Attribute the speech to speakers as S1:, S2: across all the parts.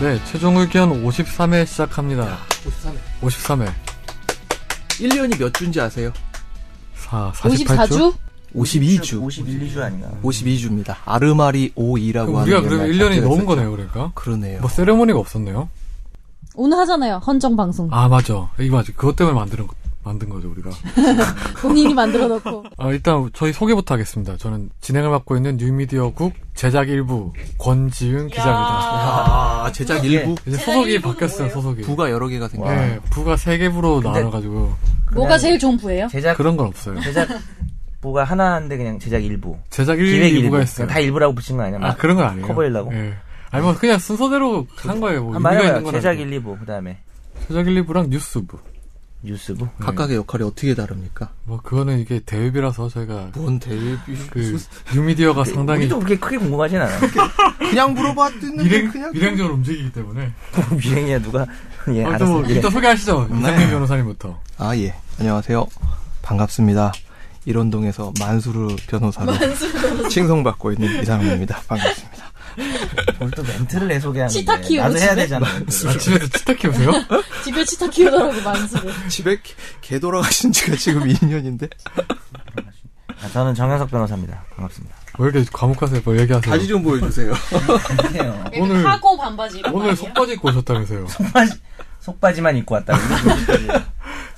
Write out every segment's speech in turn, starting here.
S1: 네, 최종 의견 53회 시작합니다.
S2: 53회.
S1: 53회.
S2: 1년이 몇 주인지 아세요?
S1: 4, 48주?
S3: 54주?
S2: 52주.
S4: 51, 2주 아닌가?
S2: 52주입니다. 아르마리
S1: 그럼
S2: 5이라고 하는
S1: 우리가 그러면 1년이 넘은
S2: 거
S1: 거네요, 그러니까.
S2: 그러네요.
S1: 뭐, 세레모니가 없었네요?
S3: 오늘 하잖아요. 헌정 방송.
S1: 아, 맞아. 이거 맞아. 그것 때문에 만드는, 거- 만든 거죠, 우리가.
S3: 본인이 만들어 놓고.
S1: 아, 일단 저희 소개부터 하겠습니다. 저는 진행을 맡고 있는 뉴미디어국 제작 일부 권지윤 기자입니다.
S2: 아, 제작
S4: 이게
S2: 1부
S1: 이제 소속이 바뀌었어요, 소속이.
S2: 부가 여러 개가 생겨.
S4: 와.
S1: 네, 부가 세개 부로 나눠가지고.
S3: 뭐가 제일 좋은 부예요?
S4: 제작
S1: 그런 건 없어요.
S4: 제작부가 하나인데 그냥 제작 일부.
S1: 제작
S4: 기획
S1: 1, 2부가
S4: 일부.
S1: 있어요.
S4: 그냥 다 일부라고 붙인 거 아니야?
S1: 아, 그런 건 아니에요.
S4: 커버일라고?
S1: 예. 아니, 뭐, 그냥 순서대로 한 거예요. 뭐,
S4: 한번
S1: 의미가 있는
S4: 해봐요.
S1: 건
S4: 제작
S1: 아니고.
S4: 1, 2부. 그 다음에
S1: 제작 1, 2부랑 뉴스부.
S4: 뉴스부. 뭐.
S2: 각각의 역할이 어떻게 다릅니까?
S1: 뭐 그거는 이게 대회비라서 저희가
S2: 뭔 대비?
S1: 그 뉴미디어가 상당히
S4: 우리도 그렇게 크게 궁금하진 않아.
S2: 그냥 물어봤는데
S1: 밀행,
S2: 그냥
S1: 밀행적으로 움직이기 때문에
S4: 미행이야 누가. 예,
S1: 아무튼
S4: 알았어.
S1: 뭐
S4: 예.
S1: 일단 소개하시죠 이상민 변호사님부터
S2: 아, 예. 안녕하세요. 반갑습니다. 일원동에서 만수르 변호사로 칭송받고 있는 이상입니다. 반갑습니다.
S4: 오늘 또 멘트를 내 소개하는.
S3: 치타 키우고
S4: 나도 해야
S3: 집에?
S4: 되잖아.
S1: 아, 집에서 치타 키우세요?
S3: 집에 치타 키우더라고 만수를.
S2: 집에 개- 개 돌아가신 지가 지금 2년인데
S4: 아, 저는 정현석 변호사입니다. 반갑습니다.
S1: 왜 이렇게 과묵하세요? 뭐 얘기하세요?
S2: 바지 좀 보여주세요.
S4: 그래요.
S1: 오늘-
S3: 하고 반바지 입은 거
S1: 오늘
S3: 아니에요?
S1: 속바지 입고 오셨다면서요
S4: 속바지, 속바지만 입고 왔다고.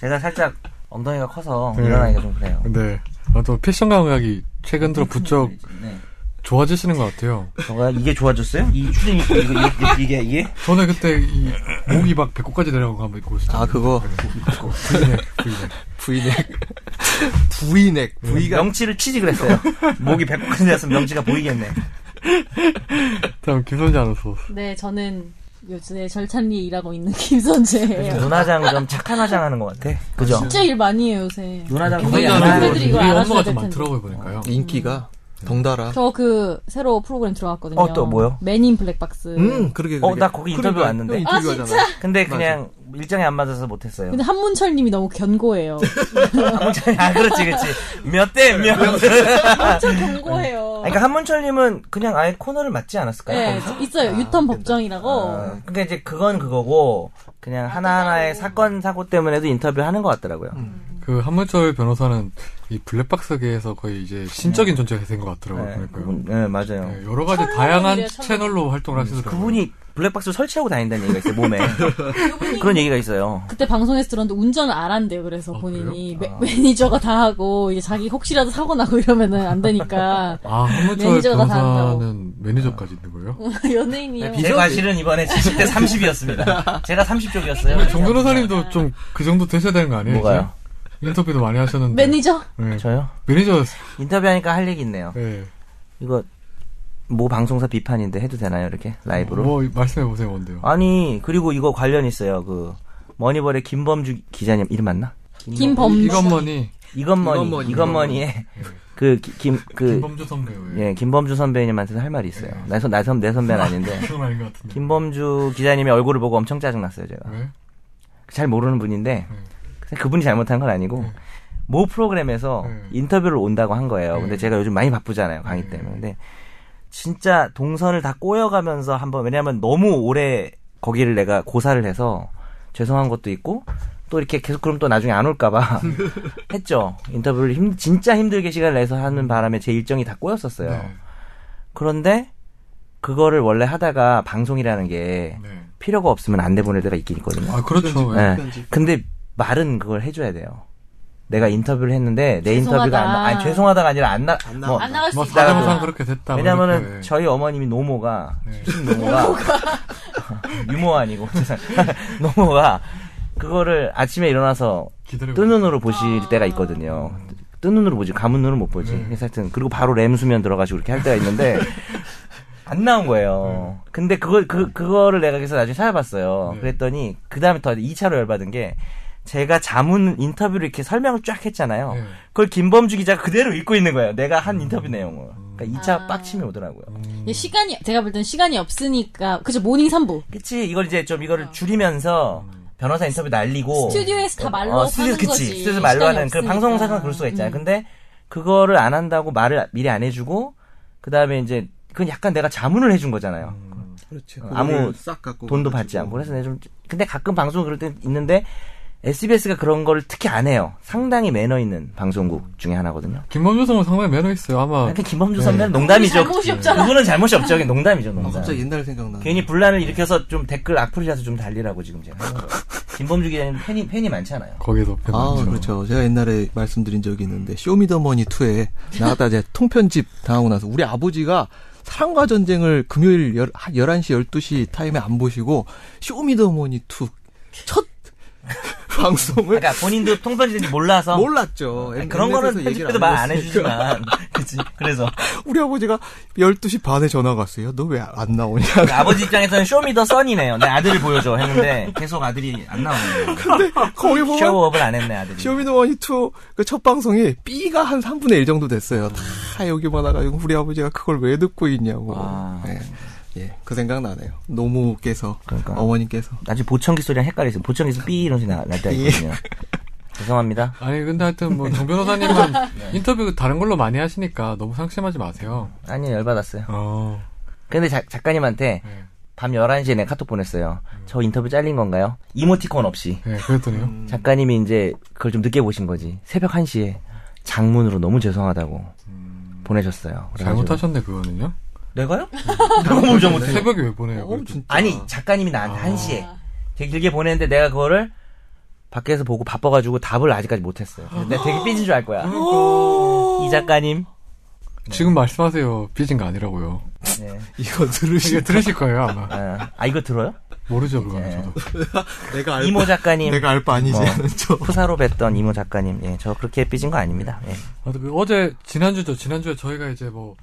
S4: 제가 살짝 엉덩이가 커서
S1: 네.
S4: 일어나기가 좀 그래요.
S1: 네 아무튼 패션 감각이 최근 들어 부쩍
S4: 네.
S1: 좋아지시는 것 같아요
S4: 저가 이게 좋아졌어요? 이 추진 입고 이거 이게 이게, 이게?
S1: 전에 그때 이 목이 막 배꼽까지 내려간 거 한번 입고 오셨죠 네,
S2: 아 그거
S1: V넥 V넥
S2: V넥 V넥 V가
S4: 명치를 치지 그랬어요. 목이 배꼽까지 내렸으면 명치가 보이겠네.
S1: 다음 김선재 아나운서
S3: 네, 저는 요즘에 절찬리에 일하고 있는 김선재예요.
S4: 눈화장 좀 착한 화장하는 것 같아. 네. 그죠?
S3: 진짜 일 많이 해요 요새.
S4: 눈화장 거의
S1: 김선재
S4: 안
S3: 아나운서 분들이
S4: 하는
S1: 아나운서 우리
S3: 이거
S1: 업무가
S3: 알아줘야
S1: 좀
S3: 될 텐데.
S1: 많더라고요 보니까요
S2: 인기가 덩달아
S3: 저 그 새로 프로그램 들어갔거든요.
S4: 어, 또 뭐요?
S3: 맨인 블랙박스.
S2: 음 그러게
S4: 어,
S2: 그러게
S4: 나 거기 인터뷰
S2: 그러니까
S4: 왔는데.
S2: 형
S3: 아,
S2: 인터뷰
S3: 진짜?
S2: 하잖아.
S4: 근데 그냥 일정이 안 맞아서 못했어요.
S3: 근데 한문철님이 너무 견고해요.
S4: 아, 그렇지, 그렇지. 몇 대 몇.
S3: 엄청 견고해요.
S4: 그러니까 한문철님은 그냥 아예 코너를 맞지 않았을까요?
S3: 네,
S4: 거기서?
S3: 있어요. 유턴 법정이라고.
S4: 아, 그러니까 이제 그건 그거고 그냥 하나하나의 사건 사고 때문에도 인터뷰하는 것 같더라고요.
S1: 그 한문철 변호사는 이 블랙박스계에서 거의 이제 신적인 존재가 된 것 같더라고요.
S4: 네,
S1: 그러니까요.
S4: 그분, 네, 맞아요.
S1: 네, 여러 가지
S3: 천만
S1: 다양한
S3: 원이래요, 천만
S1: 채널로 활동을 하시더라고요.
S4: 음, 그분이 블랙박스 를 설치하고 다닌다는 얘기가 있어요, 몸에. 그런 얘기가 있어요.
S3: 그때 방송에서 들었는데 운전을 안 한대요. 그래서
S1: 아,
S3: 본인이 매, 매니저가 다 하고 이제 자기 혹시라도 사고 나고 이러면은 안 되니까
S1: 아 한문철
S3: 매니저가 다 한다고. 음.
S1: 변호사는 매니저까지 있는 거예요?
S3: 연예인이요.
S2: 네.
S1: 네,
S2: 비-
S4: 제
S2: 비정규-
S4: 과실은 이번에 70대 30이었습니다. 제가 30쪽이었어요.
S1: 정
S3: 네.
S1: 변호사님도 좀 그 정도 되셔야 되는 거 아니에요?
S4: 뭐가요?
S1: 이제? 인터뷰도 많이 하셨는데
S3: 매니저?
S1: 네.
S4: 저요?
S1: 매니저
S4: 인터뷰하니까 할 얘기 있네요.
S1: 네.
S4: 이거 모 방송사 비판인데 해도 되나요, 이렇게? 라이브로?
S1: 뭐 말씀해 보세요 뭔데요?
S4: 아니, 그리고 이거 관련 있어요. 그 머니벌의 김범주 기자님 이름 맞나?
S3: 김범주.
S1: 이건머니 뭐
S4: 이건머니
S2: 이건머니, 네.
S4: 이건머니의 그김그
S1: 김범주 선배예요.
S4: 예, 김범주 선배님한테도 할 말이 있어요. 나선 나선 내 선배는 아닌데
S1: 그건 아닌 것 같은데. 네?
S4: 김범주 기자님의 얼굴을 보고 엄청 짜증났어요, 제가.
S1: 왜?
S4: 잘 모르는 분인데
S1: 음.
S4: 사실 그분이 잘못한 건 아니고 모 프로그램에서
S1: 네.
S4: 인터뷰를 온다고 한 거예요.
S1: 음.
S4: 근데 제가 요즘 많이 바쁘잖아요 강의 때문에. 근데 진짜 동선을 다 꼬여가면서 한번 왜냐하면 너무 오래 거기를 내가 고사를 해서 죄송한 것도 있고 또 이렇게 계속 그럼 또 나중에 안 올까봐 했죠. 인터뷰를 힘- 진짜 힘들게 시간을 내서 하는 바람에 제 일정이 다 꼬였었어요.
S1: 네.
S4: 그런데 그거를 원래 하다가 방송이라는 게
S1: 네.
S4: 필요가 없으면 안 내보낼 때가 있긴 있거든요.
S1: 아 그렇죠. 예.
S4: 예.
S2: 편집.
S4: 근데 말은 그걸 해줘야 돼요. 내가 인터뷰를 했는데 내 인터뷰가 안 나,
S3: 죄송하다.
S4: 아니 죄송하다가 아니라 안 나.
S2: 안
S4: 뭐,
S3: 안 나갈 수
S1: 뭐
S3: 있다.
S1: 사정상 그렇게 됐다. 뭐
S4: 왜냐면은
S1: 이렇게.
S4: 저희 어머님이 노모가
S1: 네.
S4: 출신 노모가 유모 아니고 죄송 노모가 그거를 아침에 일어나서
S1: 네. 기다리고
S4: 뜬 눈으로 보실 때가 있거든요. 뜬 눈으로 보지 가문 눈으로 못 보지.
S1: 네.
S4: 그래서 하여튼 그리고 바로 램 수면 들어가지고 이렇게 할 때가 있는데 안 나온 거예요. 근데 그걸 그 그거를 내가 그래서 나중에 찾아봤어요.
S1: 네.
S4: 그랬더니 그 다음에 더 2차로 열받은 게 제가 자문 인터뷰를 이렇게 설명을 쫙 했잖아요.
S1: 네.
S4: 그걸 김범주 기자가 그대로 읽고 있는 거예요. 내가 한 인터뷰 내용을. 그러니까 2차
S3: 아.
S4: 빡침이 오더라고요.
S3: 예, 시간이 제가 볼 땐 시간이 없으니까 그죠 모닝 3부
S4: 그치 이걸 이제 좀 이거를 줄이면서
S2: 음.
S4: 변호사 인터뷰 날리고
S3: 어. 스튜디오에서 다 말로
S4: 어,
S3: 하는
S4: 스튜디오 그치
S3: 거지.
S4: 스튜디오에서 말로 하는 그
S3: 시간이
S4: 방송사가
S3: 없으니까. 음.
S4: 그럴 수가 있잖아요. 근데 그거를 안 한다고 말을 미리 안 해주고 그 다음에 이제 그건 약간 내가 자문을 해준 거잖아요.
S2: 그렇지.
S4: 어, 아무
S2: 싹 갖고
S4: 돈도
S2: 가가지고.
S4: 받지 않고 그래서 내가 좀 근데 가끔 방송 그럴 때 있는데 SBS가 그런 걸 특히 안 해요. 상당히 매너 있는 방송국 중에 하나거든요.
S1: 김범주 선은 상당히 매너 있어요. 아마
S4: 근데 김범주
S1: 네.
S4: 선배는 농담이죠.
S3: 잘못이 없잖아.
S4: 그거는 잘못이 없죠. 그게 농담이죠.
S2: 아,
S4: 농담.
S2: 갑자기 옛날 생각나.
S4: 괜히 분란을 일으켜서 좀 댓글 악플이라서 좀 달리라고 지금 제가 하는 거예요. 김범주 기자님 팬이 팬이 많잖아요.
S1: 거기서
S2: 아,
S1: 팬분이죠.
S2: 그렇죠. 제가 옛날에 말씀드린 적이 있는데 쇼미더머니 2에 나갔다 이제 통편집 당하고 나서 우리 아버지가 사랑과 전쟁을 금요일 열, 한 11시 12시 타임에 안 보시고 쇼미더머니 2첫 방송을
S4: 그러니까 본인도 통편집인지 몰라서
S2: 몰랐죠.
S4: 아니,
S2: M-
S4: 그런
S2: MS에서
S4: 거는
S2: 얘기를
S4: 편집도 말 안
S2: 했으니까.
S4: 해주지만 그치 그래서
S2: 우리 아버지가 12시 반에 전화가 왔어요. 너 왜 안 나오냐.
S4: 그러니까 아버지 입장에서는 쇼미더 써니네요. 내 아들을 보여줘 했는데 계속 아들이 안 나오는 거예요.
S2: 근데 거기 보면
S4: 쇼업을 안 했네 아들이.
S2: 쇼미더머니 2그첫 방송이 B가 한 3분의 1 정도 됐어요. 다 여기만 와가지고 우리 아버지가 그걸 왜 듣고 있냐고.
S4: 아.
S2: 예. 예, 그 생각 나네요. 노무께서
S4: 그러니까.
S2: 어머님께서
S4: 나중에 보청기 소리랑 헷갈리세요. 보청기에서 삐 이런 소리 나- 날 때가
S2: 예.
S4: 있거든요. 죄송합니다.
S1: 아니 근데 하여튼 뭐 정 변호사님은 인터뷰 다른 걸로 많이 하시니까 너무 상심하지 마세요.
S4: 아니 열받았어요.
S1: 어.
S4: 근데 자-
S1: 네.
S4: 작가님한테
S2: 음.
S4: 밤 11시에 내가 카톡 보냈어요. 저 인터뷰 잘린 건가요? 이모티콘 없이.
S1: 예, 그랬더니요.
S4: 음. 작가님이 이제 그걸 좀 늦게 보신 거지. 새벽 1시에 장문으로 너무 죄송하다고
S2: 음.
S4: 보내셨어요. 그래가지고
S1: 잘못하셨네 그거는요.
S4: 내가요? 내가 뭘 잘못했어?
S1: 새벽에 왜 보내요?
S2: 어,
S4: 음,
S1: 그걸 좀.
S2: 진짜.
S4: 아니 작가님이 나한테 1시에 되게 길게 보냈는데 내가 그거를 밖에서 보고 바빠가지고 답을 아직까지 못했어요. 근데 내가 되게 삐진 줄 알 거야.
S2: 그러니까.
S4: 이 작가님.
S1: 지금 말씀하세요. 삐진 거 아니라고요.
S4: 네.
S2: 이거
S1: 이게
S2: 들으시고
S1: 들으실 거예요 아마.
S4: 아, 아, 이거 들어요?
S1: 모르죠 그거는
S4: 예.
S1: 저도.
S2: 아, 내가
S4: 이모 작가님.
S2: 내가 알 바 아니지
S4: 어.
S2: 않은 척.
S4: 후사로 뵀던 이모 작가님. 예, 저 그렇게 삐진 거 아닙니다. 예.
S1: 아무튼 그 어제 지난주죠. 지난주에 저희가 이제 뭐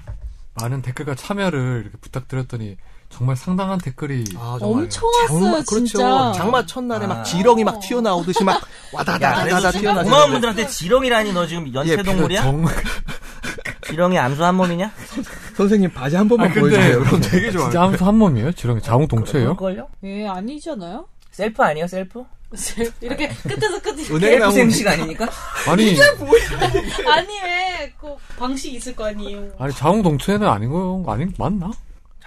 S1: 많은 댓글과 참여를 이렇게 부탁드렸더니 정말 상당한 댓글이
S2: 아, 정말.
S3: 엄청
S2: 장마-
S3: 왔어요, 진짜.
S2: 그렇죠. 장마 첫날에
S4: 아.
S2: 막 지렁이 막 아, 튀어나오듯이 막 와다다다다 튀어나오고.
S4: 고마운 분들한테 지렁이라니 너 지금
S2: 예,
S4: 연체동물이야?
S1: 정
S4: 지렁이 암수 한 몸이냐?
S2: 선생님 바지 한 번만
S1: 아, 근데-
S2: 보여주세요. 그럼 되게 좋아요.
S1: 진짜 암수 한 몸이에요? 지렁이 자웅 동체예요?
S4: 그걸요?
S3: 예, 아니잖아요?
S4: 셀프 아니에요 셀프?
S3: 이렇게 끝에서 끝이.
S2: 은행 나온
S4: 셀프생식 아닙니까?
S1: 아니
S3: 아니, 왜, 그, 방식 있을 거 아니에요.
S1: 아니 자웅 동체는 아닌 거 아닌 맞나?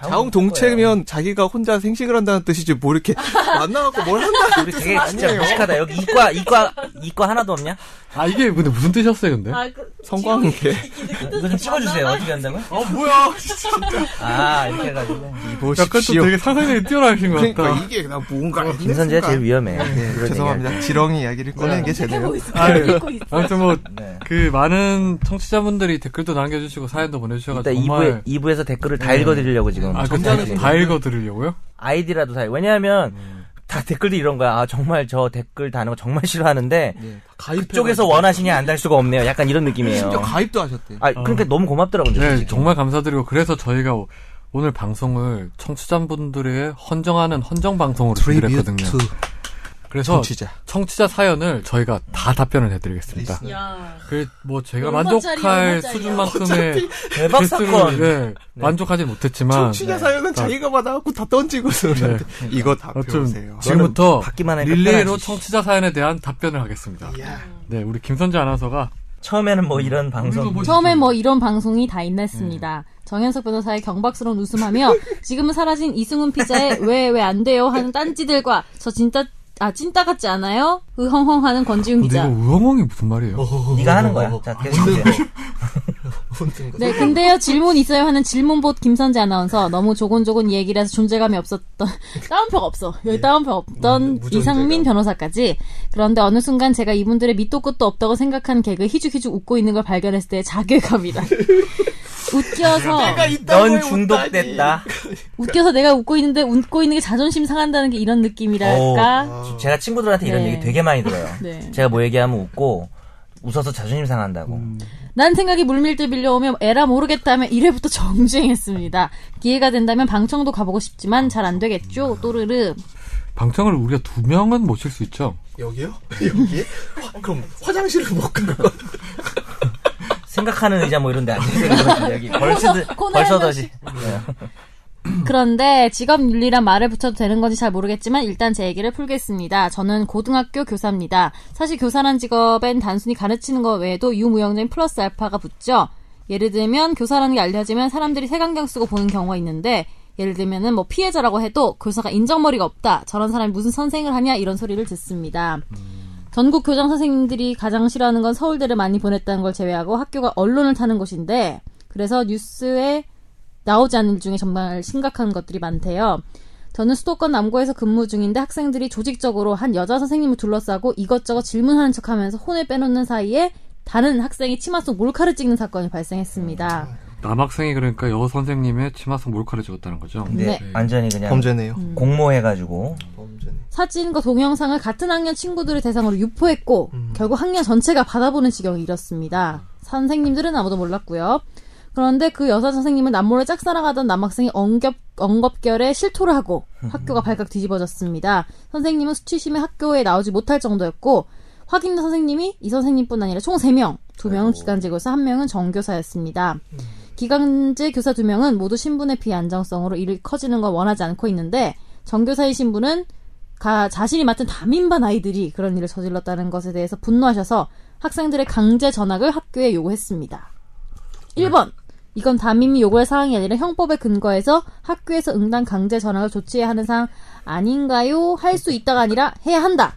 S2: 자웅 동체면 자기가 혼자 생식을 한다는 뜻이지 뭐 이렇게 만나갖고 뭘 한다는
S4: 우리
S2: 뜻은
S4: 되게 진짜
S2: 아니에요.
S4: 무식하다 여기 이과 이과 이과 하나도 없냐?
S1: 아 이게 근데 무슨 뜻이었어요 근데?
S3: 아, 그,
S2: 성광이게
S4: 이거 좀 찍어주세요 어떻게 한다고요?
S1: 어 뭐야?
S4: 아 이렇게 해가지고
S1: 약간 좀
S2: 보십시오.
S1: 되게 상상력이 뛰어나신 것
S2: 그러니까
S1: 같다.
S2: 이게 그냥 뭔가
S4: 어, 김선재가 제일 위험해
S2: 네,
S4: 그런 네.
S2: 죄송합니다. 지렁이 이야기를 꺼내는 게
S3: 해보고
S2: 제대로.
S3: 뭐 있어요.
S1: 아, 예.
S3: 읽고 있어요.
S1: 아무튼 뭐 그
S4: 얘기할 때. 네.
S1: 많은 청취자분들이 댓글도 남겨주시고 사연도 보내주셔가지고
S4: 일단 2부에,
S1: 아, 정말
S4: 2부에서 댓글을 다 읽어드리려고 지금
S1: 아, 그
S4: 정리하고
S1: 다,
S4: 있는데.
S1: 다 읽어드리려고요?
S4: 아이디라도 다 왜냐하면 다 댓글도 이런 거야 아 정말 저 댓글 다는 거 정말 싫어하는데
S2: 예, 가입
S4: 그쪽에서 원하시냐 안 달 수가 없네요 약간 이런 느낌이에요
S2: 네. 심지어 가입도 하셨대요.
S4: 아 그러니까 너무 고맙더라고요
S1: 네,
S4: 솔직히.
S1: 정말 감사드리고 그래서 저희가 오- 오늘 방송을 청취자분들의 헌정하는 헌정 방송으로 준비했거든요.
S2: 트리뷰트
S1: 그래서
S2: 정치자.
S1: 청취자 사연을 저희가 다 답변을 해드리겠습니다.
S3: 야.
S1: 그 뭐 제가
S3: 얼마짜리,
S1: 만족할
S3: 얼마짜리.
S1: 수준만큼의
S4: 대박 사건
S1: 예, 만족하지 못했지만 네.
S2: 정치자 사연은 자기가 받아갖고 아, 네. 다 네. 아, 던지고 저한테 이거 다 배우세요.
S1: 어쨌든 지금부터
S4: 받기만 하니까
S1: 릴레이로
S4: 편하지.
S1: 청취자 사연에 대한 답변을 하겠습니다.
S2: 이야.
S1: 네, 우리 김선재 아나운서가 어,
S4: 처음에는 뭐 이런
S1: 우리도
S4: 방송
S2: 그렇죠.
S1: 뭐-
S3: 처음에 뭐 이런 방송이 다 있나 했습니다.
S2: 네.
S3: 정현석 변호사의 경박스러운 웃음하며 지금은 사라진 이승훈 피자의 왜 왜 안 돼요 하는 딴지들과 저 진짜 아 찐따 같지 않아요? 그 으헝헝 하는
S2: 어,
S3: 권지윤
S1: 근데 이거
S3: 기자.
S1: 우엉엉이 무슨 말이에요?
S4: 네가 하는
S2: 뭐
S4: 거야 자 계속 이제
S3: 네, 근데요 질문 있어요 하는 질문봇 김선재 아나운서 너무 조곤조곤 얘기를 해서 존재감이 없었던 다운표가 없어 여기 다운표 없던
S2: 예. 음, 무존재감.
S3: 이상민 변호사까지 그런데 어느 순간 제가 이분들의 밑도 끝도 없다고 생각한 개그 히죽히죽 웃고 있는 걸 발견했을 때 자괴감이다. 웃겨서
S4: 넌 중독됐다
S3: 웃겨서 내가 웃고 있는데 웃고 있는 게 자존심 상한다는 게 이런 느낌이랄까.
S2: 아.
S4: 제가 친구들한테 이런
S3: 네.
S4: 얘기 되게 많이 들어요
S3: 네.
S4: 제가 뭐 얘기하면 웃고 웃어서 자존심 상한다고
S2: 음.
S3: 난 생각이 물밀듯 밀려오면 에라 모르겠다며 1회부터 정주행했습니다. 기회가 된다면 방청도 가보고 싶지만 잘 안 되겠죠. 또르르.
S1: 방청을 우리가 두 명은 모실 수 있죠.
S2: 여기요? 여기? 그럼 화장실을 못 간 거.
S4: 생각하는 의자 뭐 이런데 앉아있는 여기 벌써
S3: 코너
S4: 벌써
S3: 한
S4: 더시
S3: 그런데 직업 윤리란 말을 붙여도 되는 건지 잘 모르겠지만 일단 제 얘기를 풀겠습니다. 저는 고등학교 교사입니다. 사실 교사란 직업엔 단순히 가르치는 것 외에도 유무형적인 플러스 알파가 붙죠. 예를 들면 교사라는 게 알려지면 사람들이 색안경 쓰고 보는 경우가 있는데 예를 들면은 뭐 피해자라고 해도 교사가 인정머리가 없다. 저런 사람이 무슨 선생을 하냐 이런 소리를 듣습니다. 전국 교장 선생님들이 가장 싫어하는 건 서울대를 많이 보냈다는 걸 제외하고 학교가 언론을 타는 곳인데 그래서 뉴스에 나오지 않는 일 중에 정말 심각한 것들이 많대요. 저는 수도권 남고에서 근무 중인데 학생들이 조직적으로 한 여자 선생님을 둘러싸고 이것저것 질문하는 척하면서 혼을 빼놓는 사이에 다른 학생이 치마 속 몰카를 찍는 사건이 발생했습니다.
S1: 남학생이 그러니까 여 선생님의 치마 속 몰카를 찍었다는 거죠.
S3: 네.
S4: 완전히 그냥
S2: 범죄네요.
S4: 음. 공모해가지고
S2: 범죄네.
S3: 사진과 동영상을 같은 학년 친구들을 대상으로 유포했고 결국 학년 전체가 받아보는 지경을 이뤘습니다. 선생님들은 아무도 몰랐고요. 그런데 그 여자 선생님을 남몰래 짝사랑하던 남학생이 엉겹, 엉겁결에 실토를 하고 학교가 발칵 뒤집어졌습니다. 선생님은 수치심에 학교에 나오지 못할 정도였고 확인된 선생님이 이 선생님뿐 아니라 총 3명, 2명은 기간제 교사, 1명은 정교사였습니다. 기간제 교사 2명은 모두 신분의 비안정성으로 일이 커지는 걸 원하지 않고 있는데 정교사의 신분은 가, 자신이 맡은 다민반 아이들이 그런 일을 저질렀다는 것에 대해서 분노하셔서 학생들의 강제 전학을 학교에 요구했습니다. 1번. 이건 담임이 요구할 사항이 아니라 형법에 근거해서 학교에서 응당 강제 전학을 조치해야 하는 사항 아닌가요? 할 수 있다가 아니라 해야 한다.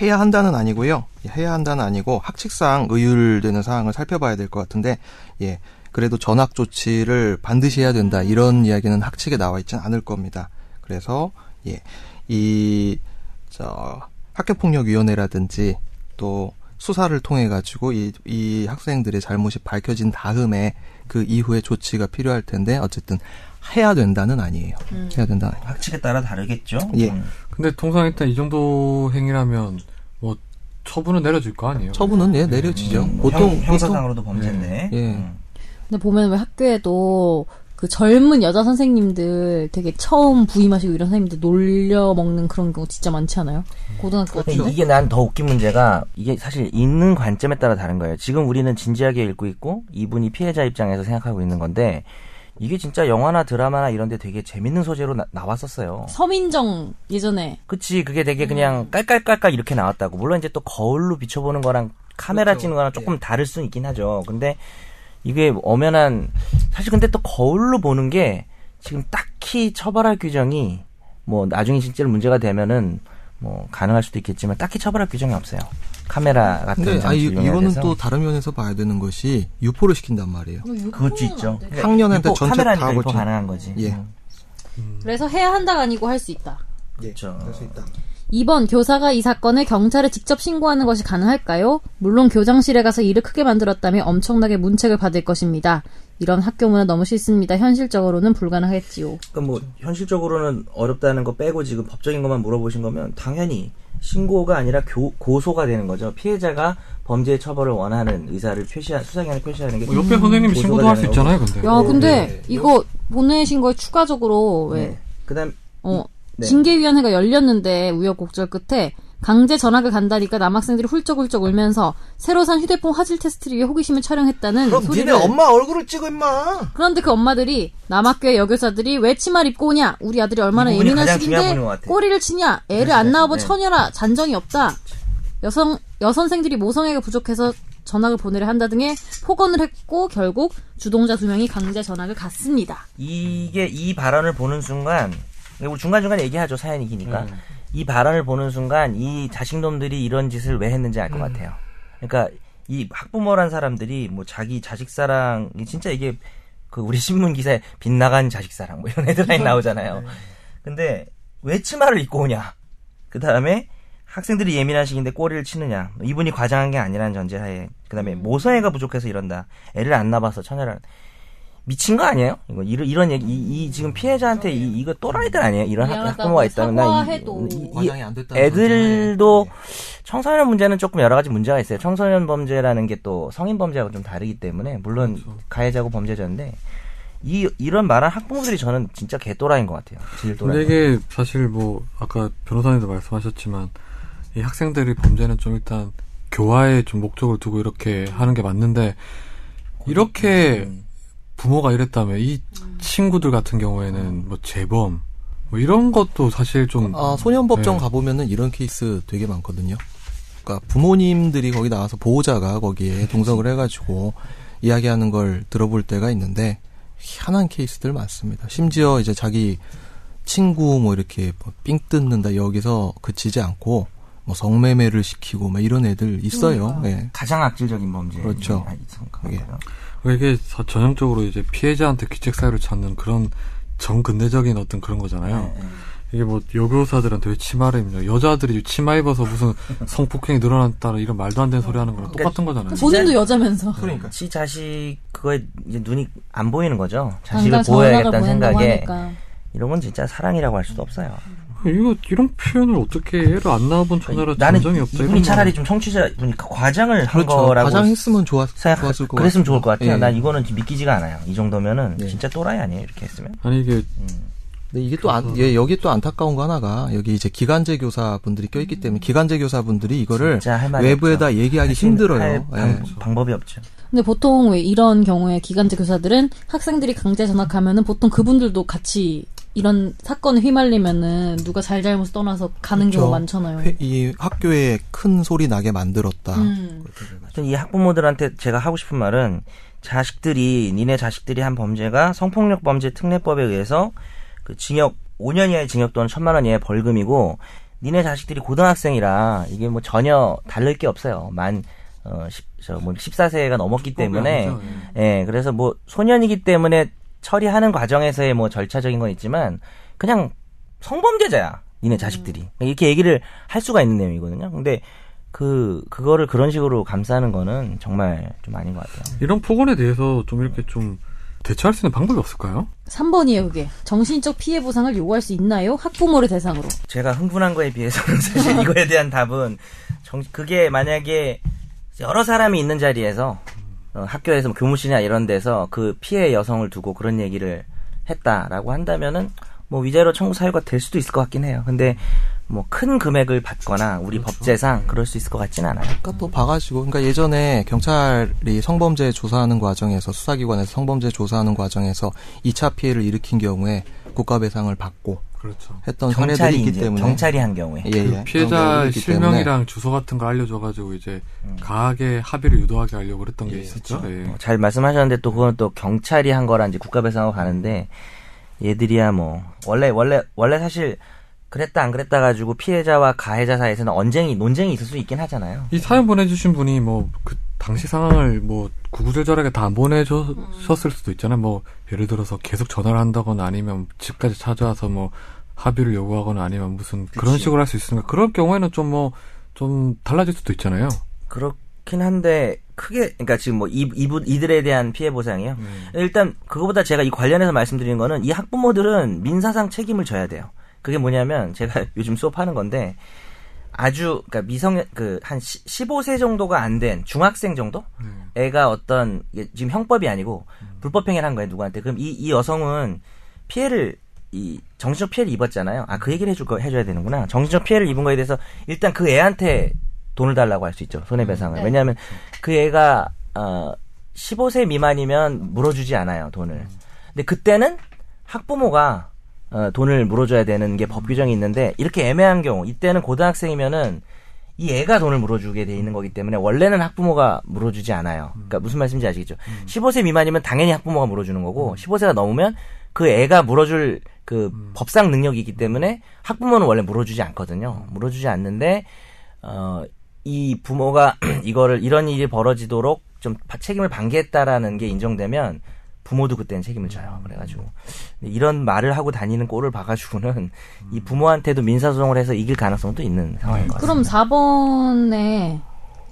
S2: 해야 한다는 아니고요. 예, 해야 한다는 아니고 학칙상 의율되는 사항을 살펴봐야 될 것 같은데 예. 그래도 전학 조치를 반드시 해야 된다. 이런 이야기는 학칙에 나와 있지는 않을 겁니다. 그래서 예. 이저 학교 폭력 위원회라든지 또 수사를 통해 가지고 이, 이 학생들의 잘못이 밝혀진 다음에 그 이후에 조치가 필요할 텐데 어쨌든 해야 된다는 아니에요. 해야 된다는 아니에요.
S4: 학칙에 따라 다르겠죠.
S2: 예.
S4: 음.
S1: 근데 통상 일단 이 정도 행위라면 뭐 처분은 내려질 거 아니에요.
S2: 처분은 예 내려지죠.
S4: 뭐
S2: 보통
S4: 형, 형사상으로도 범죄인데.
S2: 예.
S4: 음.
S3: 근데 보면 왜 학교에도 그 젊은 여자 선생님들 되게 처음 부임하시고 이런 선생님들 놀려 먹는 그런 경우 진짜 많지 않아요? 고등학교
S4: 근데
S2: 그렇죠.
S3: 같은데?
S4: 음, 그렇죠. 이게 난 더 웃긴 문제가 이게 사실 있는 관점에 따라 다른 거예요. 지금 우리는 진지하게 읽고 있고 이분이 피해자 입장에서 생각하고 있는 건데 이게 진짜 영화나 드라마나 이런 데 되게 재밌는 소재로 나, 나왔었어요.
S3: 서민정 예전에
S4: 그치 그게 되게
S2: 음.
S4: 그냥 깔깔깔깔 이렇게 나왔다고 물론 이제 또 거울로 비춰보는 거랑 카메라
S2: 그렇죠.
S4: 찍는 거랑 조금
S2: 예.
S4: 다를 수는 있긴 하죠 근데 이게 엄연한 사실 근데 또 거울로 보는 게 지금 딱히 처벌할 규정이 뭐 나중에 실제로 문제가 되면은 뭐 가능할 수도 있겠지만 딱히 처벌할 규정이 없어요 카메라 같은
S2: 근데 아
S4: 장치
S2: 이,
S4: 이용해야
S2: 이거는
S4: 돼서.
S2: 또 다른 면에서 봐야 되는 것이 유포를 시킨단 말이에요.
S3: 음,
S4: 그것도 있죠
S2: 학년한테
S4: 유포,
S2: 전체
S4: 카메라니까
S2: 다
S4: 유포
S2: 걸쳐.
S4: 가능한 거지
S2: 예.
S4: 음.
S3: 그래서 해야 한다가 아니고 할 수 있다.
S4: 그렇죠. 할수
S2: 예. 있다.
S3: 2번 교사가 이 사건을 경찰에 직접 신고하는 것이 가능할까요? 물론 교장실에 가서 일을 크게 만들었다면 엄청나게 문책을 받을 것입니다. 이런 학교 문화 너무 싫습니다. 현실적으로는 불가능하겠지요.
S4: 그러니까 뭐 현실적으로는 어렵다는 거 빼고 지금 법적인 것만 물어보신 거면 당연히 신고가 아니라 교- 고소가 되는 거죠. 피해자가 범죄 처벌을 원하는 의사를 표시한 수사기관에 표시하는 게
S1: 뭐
S2: 음,
S1: 옆에 선생님이
S4: 고소가
S1: 신고도 할 수
S4: 되는
S1: 있잖아요, 근데.
S4: 네.
S3: 야, 근데 이거 보내신 거에 추가적으로
S4: 거고.
S3: 왜
S4: 네. 그다음
S3: 어,
S4: 네.
S3: 징계위원회가 열렸는데 우여곡절 끝에 강제 전학을 간다니까 남학생들이 훌쩍훌쩍 울면서 새로 산 휴대폰 화질 테스트를 위해 호기심을 촬영했다는 소리를
S2: 얼굴을 찍어 임마.
S3: 그런데 그 엄마들이 남학교의 여교사들이 왜 치마를 입고 오냐 우리 아들이 얼마나
S4: 이 부분이
S3: 예민한
S4: 가장 중요한
S3: 시기인데
S4: 부분인 것 같아요.
S3: 꼬리를 치냐 애를
S4: 그렇죠.
S3: 안 낳아본
S4: 네.
S3: 처녀라 잔정이 없다 여성 여선생들이 모성애가 부족해서 전학을 보내려 한다 등의 폭언을 했고 결국 주동자 두 명이 강제 전학을 갔습니다.
S4: 이게 이 발언을 보는 순간 우리 중간중간 얘기하죠 사연이 기니까
S1: 네.
S4: 이 발언을 보는 순간 이 자식놈들이 이런 짓을 왜 했는지
S1: 음.
S4: 알 것 같아요 그러니까 이 학부모란 사람들이 뭐 자기 자식 사랑이 진짜 이게 그 우리 신문 기사에 빗나간 자식 사랑 뭐 이런
S3: 그렇죠.
S4: 헤드라인
S3: 네.
S4: 나오잖아요 근데 왜 치마를 입고 오냐 그 다음에 학생들이 예민한 시기인데 꼬리를 치느냐 뭐 이분이 과장한 게 아니라는 전제하에 그 다음에 모성애가 부족해서 이런다 애를 안 낳아봐서 천혈한 미친 거 아니에요? 이거 이런 이런 얘기 이, 이 지금 피해자한테 이 이거 또라이들 아니에요? 이런 학-
S3: 미안하다고
S4: 학부모가 있다면 나 이-
S3: 사과해도
S4: 이- 이,
S2: 과장이 안 됐다는
S4: 애들도
S2: 네.
S4: 청소년 문제는 조금 여러 가지 문제가 있어요. 청소년 범죄라는 게 또 성인 범죄하고 좀 다르기 때문에 물론
S2: 그렇죠.
S4: 가해자고 범죄자인데 이 이런 말한 학부모들이 저는 진짜 개또라인 것 같아요. 질
S1: 근데
S4: 또라이.
S1: 이게 사실 뭐 아까 변호사님도 말씀하셨지만 이 학생들이 범죄는 좀 일단 교화에 좀 목적을 두고 이렇게 하는 게 맞는데 이렇게
S4: 음.
S1: 부모가 이랬다면 이 친구들 같은 경우에는 뭐 재범 뭐 이런 것도 사실 좀
S4: 어.
S2: 아, 소년법정
S1: 네.
S2: 가보면은 이런 케이스 되게 많거든요. 그러니까 부모님들이 거기 나와서 보호자가 거기에 동석을 해가지고 이야기하는 걸 들어볼 때가 있는데 희한한 케이스들 많습니다. 심지어 이제 자기 친구 뭐 이렇게 뭐삥 뜯는다 여기서 그치지 않고 뭐 성매매를 시키고 막 이런 애들 있어요.
S3: 그러니까.
S2: 예.
S4: 가장 악질적인 아, 범죄.
S2: 그렇죠. 예.
S1: 이게 사- 전형적으로 이제 피해자한테 귀책 사유를 찾는 그런 정근대적인 어떤 그런 거잖아요.
S4: 네,
S1: 이게 뭐 여교사들한테 왜 치마를 입냐. 여자들이 치마 입어서 무슨 성폭행이 늘어났다는 이런 말도 안 되는 소리 하는 거랑
S4: 그러니까
S1: 똑같은 거잖아요.
S3: 본인도 여자면서.
S2: 그러니까.
S4: 지 자식 그거에 이제 눈이 안 보이는 거죠. 자식을
S3: 당장 전화를
S4: 보호해야겠다는
S3: 보낸다고
S4: 생각에
S3: 하니까.
S4: 이런 건 진짜 사랑이라고 할 수도 없어요.
S1: 이거 이런 표현을 어떻게 해를 안 나와본 전화라
S4: 나는
S1: 전점이 없다.
S4: 이분이
S1: 이런
S4: 차라리 좀 청취자 분이 과장을 한
S2: 그렇죠.
S4: 거라고
S2: 가장 했으면 좋았,
S4: 생각
S2: 좋았을 것
S4: 그랬으면 좋을 것 같아요.
S2: 예.
S4: 난 이거는 지금 믿기지가 않아요. 이 정도면은
S2: 예.
S4: 진짜 또라이 아니에요. 이렇게 했으면. 음.
S1: 아니 이게
S2: 근데 이게 또
S4: 그
S2: 안, 예, 여기 또 안타까운 거 하나가 여기 이제 기간제 교사분들이 껴있기 때문에 기간제 교사분들이 이거를
S4: 음. 진짜 할 말이
S2: 외부에다
S4: 없죠.
S2: 얘기하기
S4: 사실 할
S2: 힘들어요.
S4: 방,
S2: 예.
S4: 방법이 없죠.
S3: 근데 보통 왜 이런 경우에 기간제 교사들은 학생들이 강제 전학하면은 보통 그분들도 같이 이런 사건에 휘말리면은 누가 잘잘못 떠나서 가는 경우
S2: 그렇죠.
S3: 많잖아요.
S2: 회- 이 학교에 큰 소리 나게 만들었다.
S3: 음.
S2: 그렇죠.
S4: 하여튼 이 학부모들한테 제가 하고 싶은 말은 자식들이 니네 자식들이 한 범죄가 성폭력 범죄 특례법에 의해서 그 징역 5년 이하의 징역 또는 1천만 원 이하의 벌금이고 니네 자식들이 고등학생이라 이게 뭐 전혀 다를 게 없어요. 만 어, 10, 저, 뭐 14세가 넘었기 때문에
S1: 아니죠,
S4: 예, 그래서 뭐 소년이기 때문에 처리하는 과정에서의 뭐 절차적인 건 있지만 그냥 성범죄자야. 니네 자식들이. 이렇게 얘기를 할 수가 있는 내용이거든요. 근데 그 그거를 그런 식으로 감싸는 거는 정말 좀 아닌 것 같아요.
S1: 이런 폭언에 대해서 좀 이렇게 좀 대처할 수 있는 방법이 없을까요?
S3: 3번이에요, 그게. 정신적 피해 보상을 요구할 수 있나요? 학부모를 대상으로.
S4: 제가 흥분한 거에 비해서는 사실 이거에 대한 답은 정, 그게 만약에 여러 사람이 있는 자리에서 어, 학교에서 뭐 교무실이나 이런 데서 그 피해 여성을 두고 그런 얘기를 했다라고 한다면은 뭐 위자료 청구 사유가 될 수도 있을 것 같긴 해요. 근데 뭐 큰 금액을 받거나 우리
S2: 그렇죠.
S4: 법제상 그럴 수 있을 것 같진 않아요.
S2: 그러니까 또 봐가지고, 그러니까 예전에 경찰이 성범죄 조사하는 과정에서 수사기관에서 성범죄 조사하는 과정에서 2차 피해를 일으킨 경우에 국가배상을 받고
S1: 그렇죠.
S2: 했던 사례들이
S4: 경찰이
S2: 있기
S4: 이제
S2: 때문에
S4: 경찰이 한 경우에
S2: 예, 예.
S1: 그 피해자
S2: 경찰이
S1: 의
S2: 있기 때문에
S1: 실명이랑 주소 같은 거 알려줘가지고 이제 가하게 합의를 유도하게 하려고 그랬던 게 있었죠. 예.
S4: 어, 잘 말씀하셨는데 또 그건 또 경찰이 한 거라 이제 국가배상하고 가는데 얘들이야 뭐 원래 원래 원래 사실 그랬다 안 그랬다 가지고 피해자와 가해자 사이에서는 언쟁이 논쟁이 있을 수 있긴 하잖아요.
S1: 이 사연 보내주신 분이 뭐 그 당시 상황을 뭐 구구절절하게 다 안 보내셨을 수도 있잖아요. 뭐 예를 들어서 계속 전화를 한다거나 아니면 집까지 찾아와서 뭐 합의를 요구하거나 아니면 무슨 그런 식으로 할 수 있으니까 그럴 경우에는 좀 뭐 좀 달라질 수도 있잖아요.
S4: 그렇긴 한데 크게 그러니까 지금 뭐 이, 이분 이들에 대한 피해 보상이요. 일단 그거보다 제가 이 관련해서 말씀드린 거는 이 학부모들은 민사상 책임을 져야 돼요. 그게 뭐냐면 제가 요즘 수업하는 건데 아주 그러니까 미성년 그 한 15세 정도가 안 된 중학생 정도 애가 어떤 이게 지금 형법이 아니고 불법 행위를 한 거예요 누구한테 그럼 이 이 여성은 피해를 이 정신적 피해를 입었잖아요 아 그 얘기를 해줄 거 해줘야 되는구나 정신적 피해를 입은 거에 대해서 일단 그 애한테 돈을 달라고 할 수 있죠 손해배상을
S3: 네.
S4: 왜냐하면 그 애가 어 15세 미만이면 물어주지 않아요 돈을 근데 그때는 학부모가 어, 돈을 물어줘야 되는 게 법 규정이 있는데 이렇게 애매한 경우 이때는 고등학생이면은 이 애가 돈을 물어주게 돼 있는 거기 때문에 원래는 학부모가 물어주지 않아요. 그러니까 무슨 말씀인지 아시겠죠? 15세 미만이면 당연히 학부모가 물어주는 거고 15세가 넘으면 그 애가 물어줄 그 법상 능력이기 때문에 학부모는 원래 물어주지 않거든요. 물어주지 않는데 어 이 부모가 이거를 이런 일이 벌어지도록 좀 바- 책임을 반기했다라는 게 인정되면 부모도 그때는 책임을 져요. 그래가지고 근데 이런 말을 하고 다니는 꼴을 봐가지고는 이 부모한테도 민사소송을 해서 이길 가능성도 있는 상황인 것 같아요.
S3: 그럼 4번에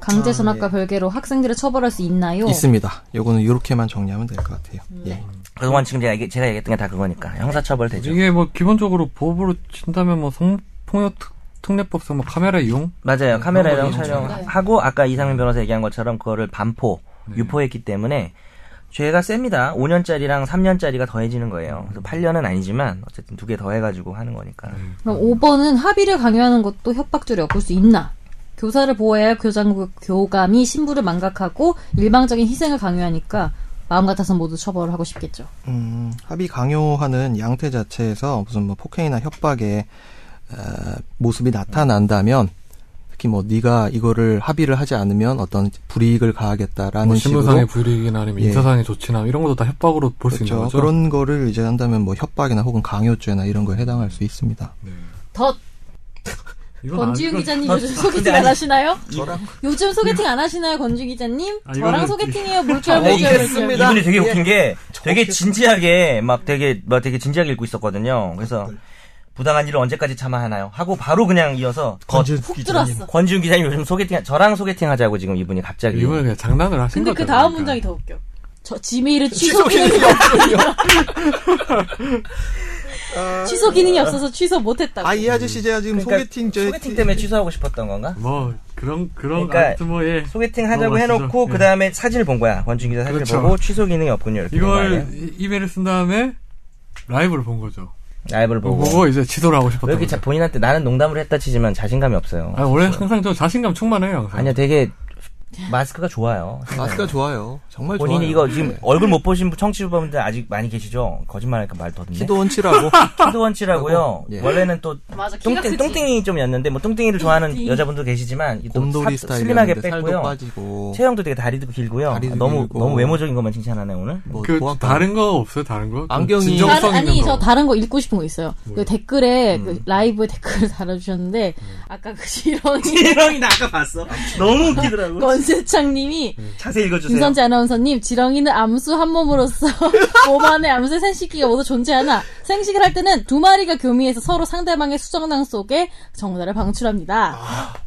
S3: 강제 전학과 별개로 학생들을 처벌할 수
S2: 아,
S3: 있나요?
S2: 네. 있습니다. 요거는 이렇게만 정리하면 될 것 같아요.
S4: 음. 네.
S2: 예.
S4: 그동안 지금 제가, 얘기, 제가 얘기했던 게 다 그거니까 형사처벌 되죠.
S1: 이게 뭐 기본적으로 법으로 친다면 뭐 성폭력 특- 특례법상 뭐 카메라 이용
S4: 맞아요.
S1: 그런
S4: 카메라랑
S1: 거
S3: 네.
S4: 촬영하고 아까 이상민 변호사 얘기한 것처럼 그거를 반포, 유포했기 때문에 죄가 셉니다. 5년짜리랑 3년짜리가 더해지는 거예요. 그래서 8년은 아니지만 어쨌든 두 개 더해가지고 하는 거니까.
S3: 그럼 5번은 합의를 강요하는 것도 협박죄를 엮을 수 있나? 교사를 보호해야 할 교장, 교감이 신부를 망각하고 일방적인 희생을 강요하니까 마음 같아서 모두 처벌을 하고 싶겠죠.
S2: 음, 합의 강요하는 양태 자체에서 무슨 뭐 폭행이나 협박의 어, 모습이 나타난다면 특히 뭐 네가 이거를 합의를 하지 않으면 어떤 불이익을 가하겠다라는
S1: 뭐
S2: 식으로
S1: 신분상의 불이익이나 아니면
S2: 예.
S1: 인사상의 조치나 이런 것도 다 협박으로 볼 수 있는 거죠.
S2: 그렇죠. 그런 거를 이제 한다면 뭐 협박이나 혹은 강요죄나 이런 거에 해당할 수 있습니다.
S1: 네.
S3: 덧
S1: 이건 안-
S3: 권지윤
S1: 이건-
S3: 기자님
S1: 아,
S3: 요즘 소개팅 안 하시나요?
S2: 저랑
S3: 요즘 소개팅 안 하시나요, 권지 기자님?
S1: 아,
S3: 저랑
S1: 이거는-
S3: 소개팅이에요, 물결
S2: 네,
S4: 어,
S3: 물결
S2: 이거는-
S3: 물결.
S4: 이분이 되게 웃긴 게 되게 진지하게 막 되게 막 되게 진지하게 읽고 있었거든요. 그래서
S2: 네.
S4: 부당한 일을 언제까지 참아 하나요? 하고 바로 그냥 이어서 거-
S3: 훅 들어왔어.
S4: 권지훈 기자님 요즘 소개팅 저랑 소개팅 하자고 지금 이분이 갑자기
S1: 이건 그냥 장난을 하신
S3: 근데
S1: 거죠.
S3: 그 다음
S1: 그러니까.
S3: 문장이 더 웃겨. 저 지메일을 취소 기능이 취소 기능이 없어서 취소 못했다고.
S2: 아, 아이 아저씨 제가 지금
S4: 그러니까
S2: 소개팅 저
S4: 소개팅 때문에 취소하고 싶었던 건가?
S1: 뭐 그런 그런
S4: 그러니까
S1: 아무튼 뭐 예.
S4: 소개팅 하자고
S1: 어,
S4: 해놓고
S1: 맞죠.
S4: 그 다음에 사진을 본 거야. 권준 기자 사진을
S1: 그렇죠.
S4: 보고 취소 기능이 없군요. 이렇게 본 거예요.
S1: 이걸 이- 이메일을 쓴 다음에 라이브를 본 거죠.
S4: 라이브를 보고.
S1: 보고 이제 지도를 하고 싶었던
S4: 왜 이렇게
S1: 거죠.
S4: 자- 본인한테 나는 농담을 했다 치지만 자신감이 없어요.
S1: 아, 원래 항상 저 자신감 충만해요. 항상.
S4: 아니요, 되게 마스크가 좋아요.
S2: 마스크가 좋아요. 정말
S4: 본인이
S2: 좋아요.
S4: 이거 지금
S2: 네.
S4: 얼굴 못 보신 분, 청취자분들 아직 많이 계시죠? 거짓말하니까 말 더듬네.
S2: 키도 원치라고
S4: 키도원치라고요. 네.
S2: 예.
S4: 원래는 또
S3: 맞아, 키가
S4: 뚱땡,
S3: 크지.
S4: 뚱땡이 좀이었는데 뭐 뚱땡이를 좋아하는
S3: 뚱땡이.
S4: 여자분도 계시지만 이또
S2: 곰돌이
S4: 살- 슬림하게
S2: 스타일이었는데 살도
S4: 뺐고요.
S2: 빠지고
S4: 체형도 되게 다리도 길고요.
S2: 다리도
S4: 아, 너무
S2: 길고.
S4: 너무 외모적인 것만 칭찬하네 오늘.
S2: 뭐
S1: 그
S2: 고압
S1: 다른 거 없어요? 다른 거? 좀
S2: 안경이-
S1: 진정성 뭐.
S3: 다른,
S1: 있는
S3: 아니
S1: 거.
S3: 저 다른 거 읽고 싶은 거 있어요. 그 댓글에 그 라이브에 댓글을 달아주셨는데 아까 그 지렁이
S4: 지렁이 나 아까 봤어. 너무 웃기더라고.
S3: 권세창님이
S4: 자세히 읽어주세요.
S3: 김선재 아나운서님 지렁이는 암수 한 몸으로서 몸 안에 암수의 생식기가 모두 존재하나 생식을 할 때는 두 마리가 교미해서 서로 상대방의 수정낭 속에 정보를 방출합니다.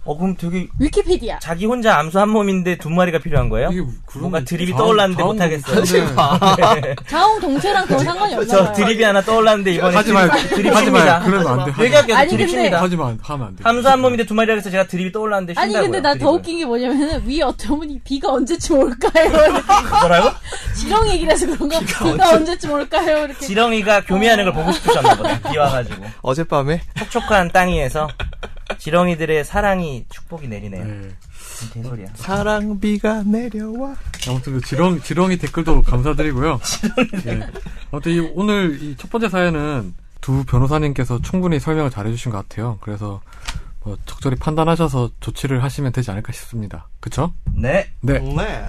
S4: 어 그럼 되게
S3: 위키피디아.
S4: 자기 혼자 암수 한 몸인데 두 마리가 필요한 거예요?
S1: 이게 그런
S4: 뭔가 드립이
S1: 자음-
S4: 떠올랐는데
S1: 자음-
S4: 못하겠어요. 아,
S1: 자음-
S3: 자웅 동체랑 별 상관이
S4: 저
S3: 없나봐요.
S4: 드립이 하나 떠올랐는데 이번에
S1: 하지 말,
S4: 네. 드립
S1: 하지 말. 그러면 안 돼.
S4: 얘기할게
S3: 아니,
S4: 드립
S3: 근데-
S4: 칩니다.
S1: 하지 마, 하면 안 돼.
S4: 암수 한 몸인데 두 마리라 해서 제가 드립이 떠올랐는데
S3: 아니
S4: 쉰다고요.
S3: 근데 나 더
S4: 드립을.
S3: 웃긴 게 뭐냐면은 위에 어떤 분이 비가 언제쯤 올까요?
S4: 뭐라고?
S3: 지렁 얘기를 해서 그런가? 비가 언제쯤 올까요? 이렇게
S4: 지렁이가 교미하는 걸 보고 싶으셨나 보다. 비 와가지고
S2: 어젯밤에
S4: 촉촉한 땅 위에서 지렁이들의 사랑이 축복이 내리네요.
S1: 네.
S4: 무슨 개소리야.
S2: 사랑비가 내려와
S1: 아무튼 그 지렁 지렁이 댓글도 감사드리고요. 네. 아무튼 이 오늘 이 첫 번째 사연은 두 변호사님께서 충분히 설명을 잘해주신 것 같아요. 그래서 뭐 적절히 판단하셔서 조치를 하시면 되지 않을까 싶습니다. 그쵸?
S4: 네.
S1: 네.
S2: 네.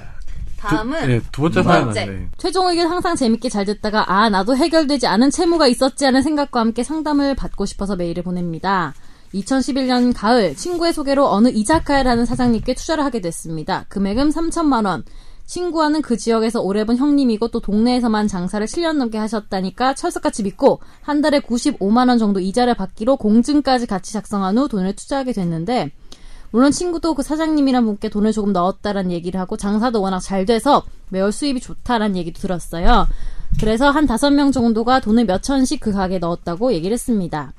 S1: 두, 네, 두 번째
S3: 두
S1: 사연은
S3: 번째.
S1: 네.
S3: 최종 의견 항상 재밌게 잘 듣다가 아 나도 해결되지 않은 채무가 있었지 하는 생각과 함께 상담을 받고 싶어서 메일을 보냅니다. 2011년 가을 친구의 소개로 어느 이자카야라는 사장님께 투자를 하게 됐습니다. 금액은 3천만 원. 친구와는 그 지역에서 오래 본 형님이고 또 동네에서만 장사를 7년 넘게 하셨다니까 철석같이 믿고 한 달에 95만 원 정도 이자를 받기로 공증까지 같이 작성한 후 돈을 투자하게 됐는데 물론 친구도 그 사장님이란 분께 돈을 조금 넣었다라는 얘기를 하고 장사도 워낙 잘 돼서 매월 수입이 좋다라는 얘기도 들었어요. 그래서 한 다섯 명 정도가 돈을 몇 천씩 그 가게에 넣었다고 얘기를 했습니다.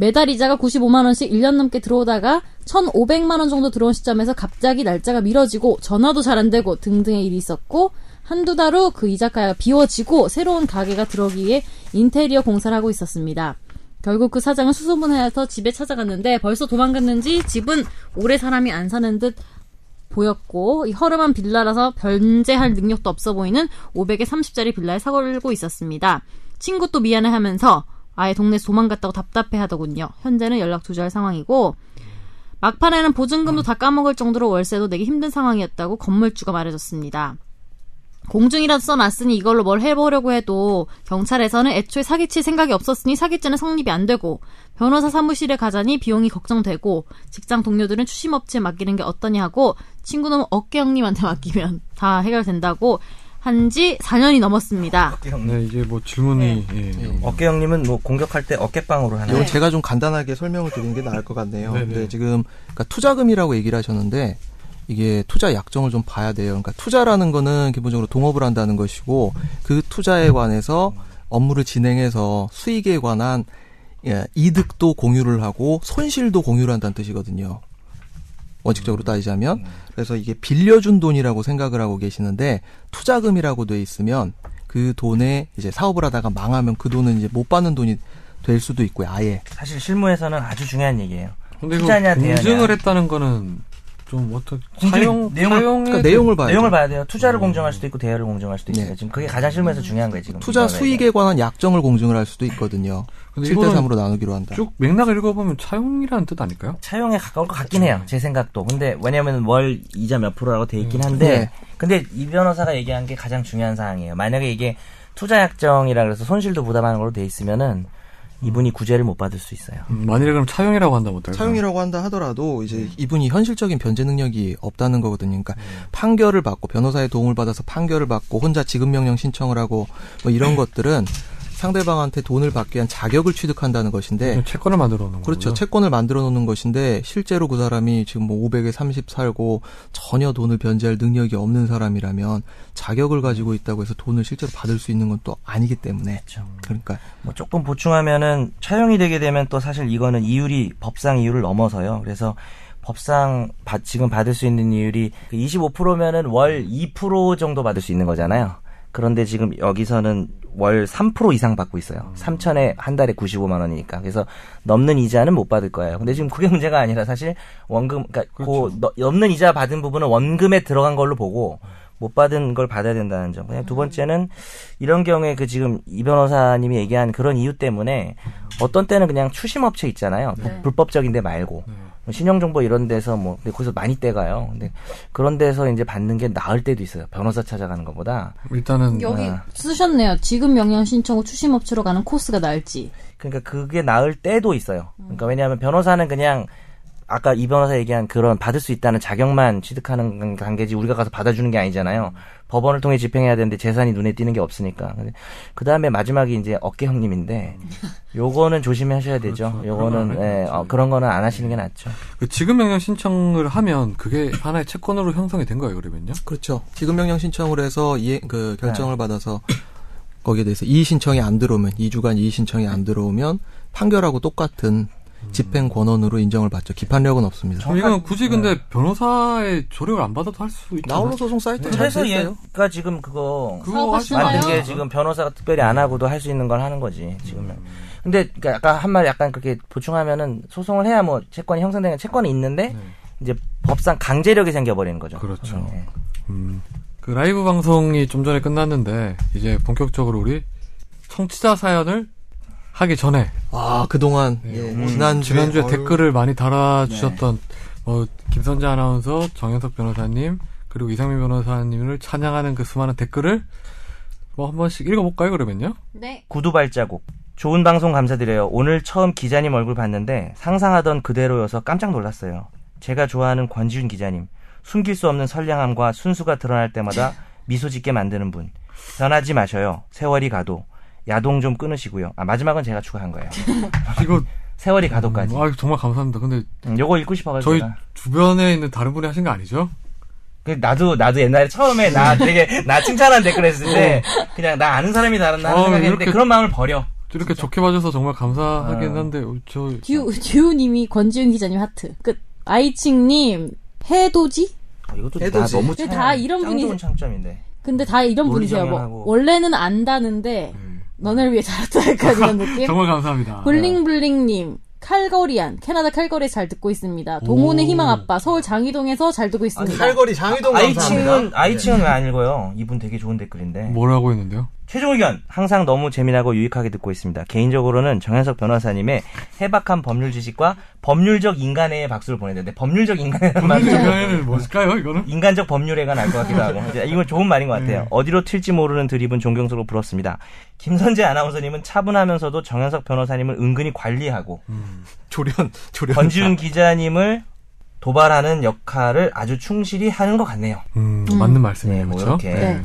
S3: 매달 이자가 95만원씩 1년 넘게 들어오다가 1,500만원 정도 들어온 시점에서 갑자기 날짜가 미뤄지고 전화도 잘 안 되고 등등의 일이 있었고 한두 달 후 그 이자카야가 비워지고 새로운 가게가 들어오기 위해 인테리어 공사를 하고 있었습니다. 결국 그 사장은 수소문하여서 집에 찾아갔는데 벌써 도망갔는지 집은 오래 사람이 안 사는 듯 보였고 이 허름한 빌라라서 변제할 능력도 없어 보이는 500에 30짜리 빌라에 사걸고 있었습니다. 친구 또 미안해하면서 아예 동네에서 도망갔다고 답답해하더군요. 현재는 연락 두절 상황이고 막판에는 보증금도 다 까먹을 정도로 월세도 내기 힘든 상황이었다고 건물주가 말해줬습니다. 공중이라도 써놨으니 이걸로 뭘 해보려고 해도 경찰에서는 애초에 사기칠 생각이 없었으니 사기죄는 성립이 안 되고 변호사 사무실에 가자니 비용이 걱정되고 직장 동료들은 추심업체에 맡기는 게 어떠냐고 친구는 어깨 형님한테 맡기면 다 해결된다고 한 지 4년이 넘었습니다.
S1: 네, 이게 뭐 질문이
S3: 네.
S1: 예.
S2: 네.
S4: 어깨 형님은 뭐 공격할 때 어깨빵으로 하나요?
S2: 이건 제가 좀 간단하게 설명을 드리는 게 나을 것 같네요.
S1: 네네.
S2: 어, 근데 지금 그러니까 투자금이라고 얘기를 하셨는데 이게 투자 약정을 좀 봐야 돼요. 그러니까 투자라는 거는 기본적으로 동업을 한다는 것이고 그 투자에 관해서 업무를 진행해서 수익에 관한 예, 이득도 공유를 하고 손실도 공유를 한다는 뜻이거든요. 원칙적으로 따지자면 그래서 이게 빌려준 돈이라고 생각을 하고 계시는데 투자금이라고 돼 있으면 그 돈에 이제 사업을 하다가 망하면 그 돈은 이제 못 받는 돈이 될 수도 있고요 아예
S4: 사실 실무에서는 아주 중요한 얘기예요.
S1: 근데 이거
S4: 투자냐, 대하냐.
S1: 공증을 했다는 거는 좀 어떤
S4: 굉장히
S1: 사용
S4: 내용을-
S1: 사용에
S2: 그러니까
S1: 대해-
S2: 내용을 봐야 돼.
S4: 내용을 봐야 돼요. 투자를 공정할 수도 있고 대여를 공정할 수도 있어요.
S2: 음. 네.
S4: 지금 그게 가장 실무에서 중요한 거예요. 지금
S2: 투자
S4: 이번에.
S2: 수익에 관한 약정을 공증을 할 수도 있거든요.
S1: 근데
S2: 7대
S1: 이거는
S2: 3으로 나누기로 한다.
S1: 쭉 맥락을 읽어보면 차용이라는 뜻 아닐까요?
S4: 차용에 가까울 것 같긴 해요. 제 생각도. 근데 왜냐면 월 이자 몇 프로라고 돼 있긴 한데
S2: 네.
S4: 근데 이 변호사가 얘기한 게 가장 중요한 사항이에요. 만약에 이게 투자 약정이라 그래서 손실도 부담하는 걸로 돼 있으면은 이분이 구제를 못 받을 수 있어요.
S1: 음, 만일에 그럼 차용이라고 한다면 어떨까요?
S2: 차용이라고 한다 하더라도 이제 이분이 현실적인 변제 능력이 없다는 거거든요. 그러니까 판결을 받고 변호사의 도움을 받아서 판결을 받고 혼자 지급 명령 신청을 하고 뭐 이런 것들은 상대방한테 돈을 받기 위한 자격을 취득한다는 것인데
S1: 그냥 채권을 만들어 놓는 거죠.
S2: 그렇죠. 채권을 만들어 놓는 것인데 실제로 그 사람이 지금 뭐 500에 30 살고 전혀 돈을 변제할 능력이 없는 사람이라면 자격을 가지고 있다고 해서 돈을 실제로 받을 수 있는 건 또 아니기 때문에 그러니까
S4: 뭐 조금 보충하면은 차용이 되게 되면 또 사실 이거는 이율이 법상 이율을 넘어서요. 그래서 법상 받- 지금 받을 수 있는 이율이 25%면은 월 2% 정도 받을 수 있는 거잖아요. 그런데 지금 여기서는 월 3% 이상 받고 있어요. 3천에 한 달에 95만 원이니까. 그래서 넘는 이자는 못 받을 거예요. 근데 지금 그게 문제가 아니라 사실 원금 그러니까 그 너- 넘는 이자 받은 부분은 원금에 들어간 걸로 보고 못 받은 걸 받아야 된다는 점. 그냥 두 번째는 이런 경우에 그 지금 이 변호사님이 얘기한 그런 이유 때문에 어떤 때는 그냥 추심업체 있잖아요. 부- 불법적인데 말고 뭐 신용정보 이런 데서 뭐 근데 거기서 많이 떼가요. 근데 그런 데서 이제 받는 게 나을 때도 있어요. 변호사 찾아가는 것보다.
S1: 일단은
S3: 여기 쓰셨네요. 지금 명령 신청 후 추심업체로 가는 코스가 나을지.
S4: 그러니까 그게 나을 때도 있어요. 그러니까 왜냐하면 변호사는 그냥 아까 이 변호사 얘기한 그런 받을 수 있다는 자격만 취득하는 관계지 우리가 가서 받아주는 게 아니잖아요. 법원을 통해 집행해야 되는데 재산이 눈에 띄는 게 없으니까. 그 다음에 마지막이 이제 어깨 형님인데 요거는 조심하셔야 되죠.
S1: 그렇죠. 그런
S4: 요거는
S1: 거는 안 해도
S4: 예,
S1: 되죠.
S4: 어, 그런 거는 안 하시는 게 낫죠.
S1: 그 지급 명령 신청을 하면 그게 하나의 채권으로 형성이 된 거예요, 그러면요?
S2: 그렇죠. 지급 명령 신청을 해서 이해, 그 결정을 받아서 거기에 대해서 이의 신청이 안 들어오면 2주간 이의 신청이 안 들어오면 판결하고 똑같은 집행 권원으로 인정을 받죠. 기판력은 없습니다.
S1: 그럼 이건 굳이 근데 변호사의 조력을 안 받아도 할 수 있죠.
S2: 나홀로 소송 예. 사이트 잘
S4: 그래서
S2: 됐어요.
S4: 얘가 지금 그거
S1: 그거 하지
S3: 사업
S1: 마요.
S4: 만든
S3: 쓰나요?
S4: 게 아, 지금 변호사가 특별히 안 하고도 할 수 있는 걸 하는 거지 지금은. 근데 그러니까 아까 한 말 약간 그렇게 보충하면은 소송을 해야 뭐 채권이 형성되는 채권이 있는데 이제 법상 강제력이 생겨버리는 거죠.
S1: 네. 그렇죠.
S4: 네.
S1: 음, 그 라이브 방송이 좀 전에 끝났는데 이제 본격적으로 우리 청취자 사연을 하기 전에
S2: 아 그동안
S1: 네,
S2: 예,
S1: 오늘
S2: 지난주에,
S1: 지난주에
S2: 어휴,
S1: 댓글을 많이 달아주셨던 어, 김선재 아나운서, 정현석 변호사님 그리고 이상민 변호사님을 찬양하는 그 수많은 댓글을 뭐 한 번씩 읽어볼까요 그러면요?
S3: 네.
S4: 구두 발자국. 좋은 방송 감사드려요. 오늘 처음 기자님 얼굴 봤는데 상상하던 그대로여서 깜짝 놀랐어요. 제가 좋아하는 권지윤 기자님. 숨길 수 없는 선량함과 순수가 드러날 때마다 미소 짓게 만드는 분. 변하지 마셔요. 세월이 가도. 야동 좀 끊으시고요. 아, 마지막은 제가 추가한 거예요.
S1: 이거
S4: 세월이 가도까지.
S1: 음, 아 정말 감사합니다. 근데
S4: 음, 요거 읽고 싶어가지고.
S1: 저희
S4: 제가.
S1: 주변에 있는 다른 분이 하신 거 아니죠?
S4: 그 나도, 나도 옛날에 처음에 나 되게, 나 칭찬한 댓글 했을 때, 그냥 나 아는 사람이 다른다 하는
S1: 어,
S4: 생각했는데,
S1: 이렇게-
S4: 그런 마음을 버려.
S1: 이렇게 좋게 봐줘서 정말 감사하긴
S4: 아.
S1: 한데 어, 저
S3: 듀, 듀님이 권지윤 기자님 하트. 끝. 아이칭님, 해도지?
S4: 어, 이것도 나
S2: 해도지.
S4: 너무
S3: 근데
S4: 참-
S3: 다 이런
S4: 짱
S3: 분이-
S4: 좋은 장점인데.
S3: 근데 다 이런
S4: 논리
S3: 분이세요. 뭐,
S4: 정연하고. 음.
S3: 원래는 안다는데, 너를 위해 자랐다. 약간 이런 느낌?
S1: 정말 감사합니다.
S3: 블링블링님, 칼거리안, 캐나다 칼거리 잘 듣고 있습니다. 동혼의
S1: 오.
S3: 희망 아빠, 서울 장이동에서 잘 듣고
S4: 아,
S3: 있습니다.
S2: 살거리 장희동
S4: 아이칭은,
S2: 감사합니다. 네.
S4: 아이칭은 왜 안 읽어요? 이분 되게 좋은 댓글인데.
S1: 뭐라고 했는데요?
S4: 최종 의견! 항상 너무 재미나고 유익하게 듣고 있습니다. 개인적으로는 정현석 변호사님의 해박한 법률 지식과 법률적 인간의 박수를 보내는데, 법률적 인간이라는 말이
S1: 이거는 뭘까요? 이거는
S4: 인간적 법률애가 날 것 같기도 하고 이제 이건 좋은 말인 것 같아요. 어디로 튈지 모르는 드립은 존경스러워 부럽습니다. 김선재 아나운서님은 차분하면서도 정현석 변호사님을 은근히 관리하고
S2: 조련 조련
S4: 권지훈 기자님을 도발하는 역할을 아주 충실히 하는 것 같네요.
S1: 음, 맞는 말씀이에요,
S4: 네, 뭐
S1: 그렇죠?
S4: 이렇게.
S3: 네.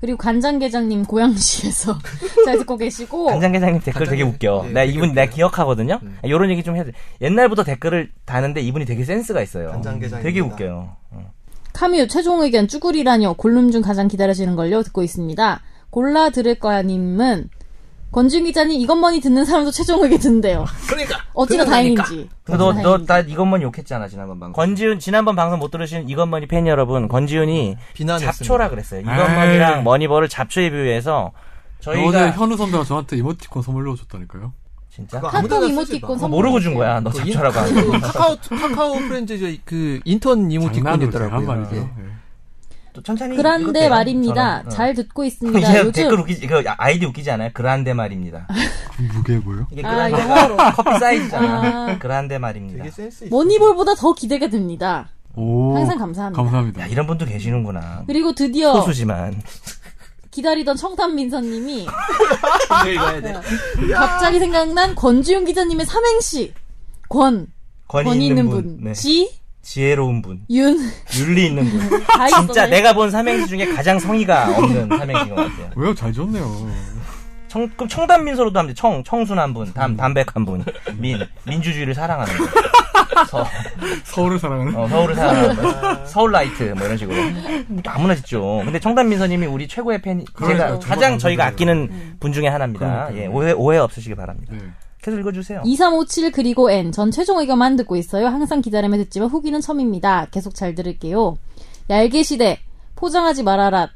S3: 그리고 간장게장님 고양시에서 잘 듣고 계시고
S4: 어. 간장게장님 댓글 되게
S2: 간장게-
S4: 웃겨.
S2: 예,
S4: 나
S2: 되게
S4: 이분
S2: 웃겨요.
S4: 내가 기억하거든요. 네. 이런 얘기 좀 해도 돼. 옛날부터 댓글을 다는데 이분이 되게 센스가 있어요.
S2: 간장게장입니다.
S4: 되게 웃겨요. 어.
S3: 카뮤 최종 의견 쭈구리라뇨 골룸 중 가장 기다려지는 걸요 듣고 있습니다. 골라 들을 거야님은 권준 기자님 이것 머니 듣는 사람도 최종 의견 듣는데요.
S2: 그러니까
S3: 어찌나 다행인지.
S4: 너,
S3: 어찌나
S4: 너,
S3: 다행인지.
S4: 나 이건머니 욕했잖아, 지난번 방송. 권지훈, 지난번 방송 못 들으신 이건머니 팬 여러분, 권지훈이
S2: 비난했습니다.
S4: 잡초라 아. 그랬어요. 이건머니랑
S1: 에이.
S4: 머니버를 잡초에 비유해서
S1: 어제
S4: 저희가
S1: 현우 선배가 저한테 이모티콘 선물로 줬다니까요.
S4: 진짜.
S2: 그거 아무데나
S3: 카톡
S2: 쓰지
S3: 이모티콘
S2: 마. 뭐
S4: 그거
S3: 선물
S4: 모르고 준 거야. 너
S2: 그 인-
S4: 잡초라고 한 거.
S2: 카카오 카카오 프렌즈 저그 인턴 이모티콘이
S1: 장난으로 대한
S2: 있더라고요.
S1: 말이죠. 네.
S2: 예.
S4: 네. 또 천천히. 읽어도
S3: 그런데
S4: 돼요,
S3: 말입니다.
S4: 저는. 어.
S3: 잘 듣고 있습니다.
S4: 이제
S3: 요즘
S4: 댓글 웃기지. 이거 아이디 웃기지 않아요? 그란데 말입니다.
S1: 무게 뭐요?
S4: 이게
S3: 아,
S4: 그란데가 커피 사이즈잖아. 그란데 말입니다.
S2: 되게 센스 있어.
S3: 머니볼보다 더 기대가 됩니다.
S1: 오.
S3: 항상 감사합니다.
S1: 감사합니다.
S4: 야, 이런 분도 계시는구나.
S3: 그리고 드디어
S4: 소수지만.
S3: 기다리던 청담민서님이
S4: 읽어야 돼.
S3: 갑자기 생각난 권지윤 기자님의 삼행시 권
S4: 권위,
S3: 권위
S4: 있는
S3: 있는
S4: 분. 네.
S3: 분, 지,
S4: 지혜로운 분.
S3: 윤,
S4: 윤리 있는 분.
S3: 다 있었네.
S4: 진짜 내가 본 삼행시 중에 가장 성의가 없는 삼행시인 것 같아요.
S1: 왜요? 잘 줬네요.
S4: 청, 그럼 청담민서로도 하면 돼. 청, 청순한 분,
S1: 음.
S4: 담, 담백한 분, 민, 민주주의를 사랑하는 분. 서,
S1: 서울을 사랑하는.
S4: 어, 서울을 사랑하는
S1: 아.
S4: 분. 서울라이트, 뭐 이런 식으로. 아무나 짓죠. 근데 청담민서님이 우리 최고의 팬이,
S1: 그러니까요.
S4: 제가
S1: 정말
S4: 가장 저희가
S1: 감사드려요. 음.
S4: 아끼는 분 중에 하나입니다.
S1: 그러니까요.
S4: 예, 오해, 오해 없으시기 바랍니다.
S1: 네.
S4: 계속 읽어주세요.
S3: 2357 그리고 N 전 최종 의견만 듣고 있어요. 항상 기다림에 듣지만 후기는 처음입니다. 계속 잘 들을게요. 얄개 시대 포장하지 말아라.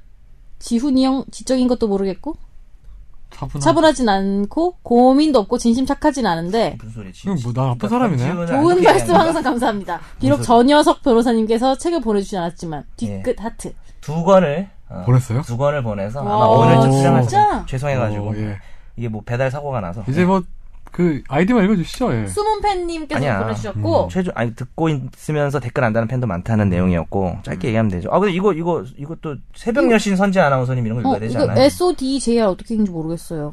S3: 지훈이 형 지적인 것도 모르겠고
S4: 음.
S1: 차분한.
S3: 차분하진 않고 고민도 없고 진심 착하진 않은데
S4: 무슨 그러니까 소리 지
S1: 이건 뭐, 나 나쁜 사람이네.
S3: 좋은 말씀 항상 감사합니다. 비록 전 녀석 변호사님께서 책을 보내주지 않았지만 뒤끝
S4: 예.
S3: 하트.
S4: 두 권을 어,
S1: 보냈어요?
S4: 두 권을 보내서
S3: 와,
S4: 아마 오늘
S1: 진짜?
S4: 출장할 죄송해가지고
S1: 어, 예.
S4: 이게 뭐 배달 사고가 나서
S1: 이제 뭐, 그, 아이디만 읽어주시죠, 예.
S3: 수문팬님께서
S4: 아니야. 음,
S3: 보내주셨고 음.
S4: 최종 아니 듣고 있으면서 댓글 안다는 팬도 많다는 내용이었고 짧게 얘기하면 되죠. 아 근데 이거 이거 이것도 새벽 여신 선지 아나운서님 이런 거
S3: 어,
S4: 읽어야 되지
S3: 이거
S4: 않아요?
S3: SODJR 어떻게 읽는지 모르겠어요.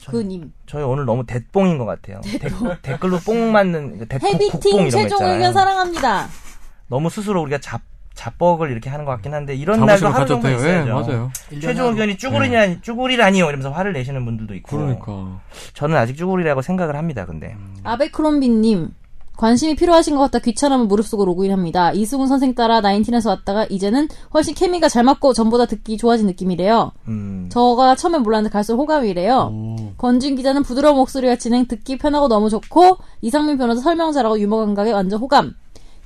S4: 저는-
S3: 그님.
S4: 저희 오늘 너무 대뽕인 것 같아요. 대- 댓글로 뽕 맞는 대뽕 국뽕
S3: 헤비팅
S4: 이런 거
S3: 최종 의견
S4: 있잖아요.
S3: 사랑합니다.
S4: 너무 스스로 우리가 잡 잡벅을 이렇게 하는 것 같긴 한데 이런 날도
S1: 자부심을
S4: 하루 정도
S1: 가졌대요. 예,
S4: 있어야죠.
S1: 맞아요. 네.
S4: 최종 의견이 쭈구리라니 쭈구리라니요 이러면서 화를 내시는 분들도 있고
S1: 그러니까. 음.
S4: 저는 아직 쭈구리라고 생각을 합니다. 근데
S3: 아베크롬비님. 관심이 필요하신 것 같아 귀찮으면 무릎쓰고 로그인합니다. 이승훈 선생 따라 나인틴에서 왔다가 이제는 훨씬 케미가 잘 맞고 전보다 듣기 좋아진 느낌이래요.
S4: 음,
S3: 저가 처음엔 몰랐는데 갈수록 호감이래요.
S1: 오.
S3: 권진 기자는 부드러운 목소리와 진행 듣기 편하고 너무 좋고 이상민 변호사 설명 잘하고 유머 감각에 완전 호감.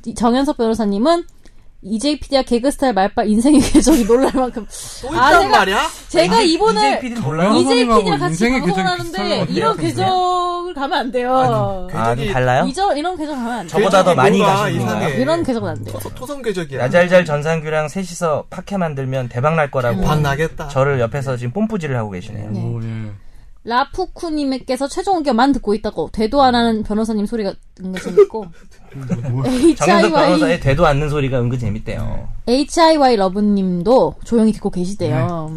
S3: 이- 정현석 변호사님은 EJ PD와 개그 스타일 말빨 인생의 궤적이 놀랄 만큼
S2: 또
S3: 아,
S2: 있단
S3: 제가-
S2: 말이야?
S3: 제가 이번에
S4: PD
S1: 몰라요?
S3: EJ
S1: 선생님하고
S3: PD랑 같이
S1: 인생의 궤적이
S3: 방송을
S1: 비슷한
S3: 하는데
S1: 것
S3: 이런
S1: 같아요.
S3: 궤적을 가면 안 돼요.
S4: 아, 좀 달라요?
S3: 이저 이런 궤적 가면 안 돼요.
S4: 저보다 더
S2: 궤적이
S4: 많이
S2: 뭔가
S4: 가시는
S2: 네, 이상해.
S4: 건가요?
S3: 이런 궤적은 안 돼요.
S2: 토- 토성 궤적이야.
S4: 야잘잘 예. 전상규랑 셋이서 파케 만들면 대박 날 거라고
S2: 박 나겠다.
S4: 저를 옆에서 지금 뽐뿌질을 하고 계시네요.
S3: 네.
S1: 오, 예.
S3: 라푸쿠님께서 최종 의견만 듣고 있다고 되도 안 하는 변호사님 소리가 은근 재밌고
S4: 네.
S1: 뭐,
S4: 정현석
S3: HIY
S4: 변호사의 되도 않는 소리가 은근 재밌대요.
S3: HIY 러브님도 조용히 듣고 계시대요.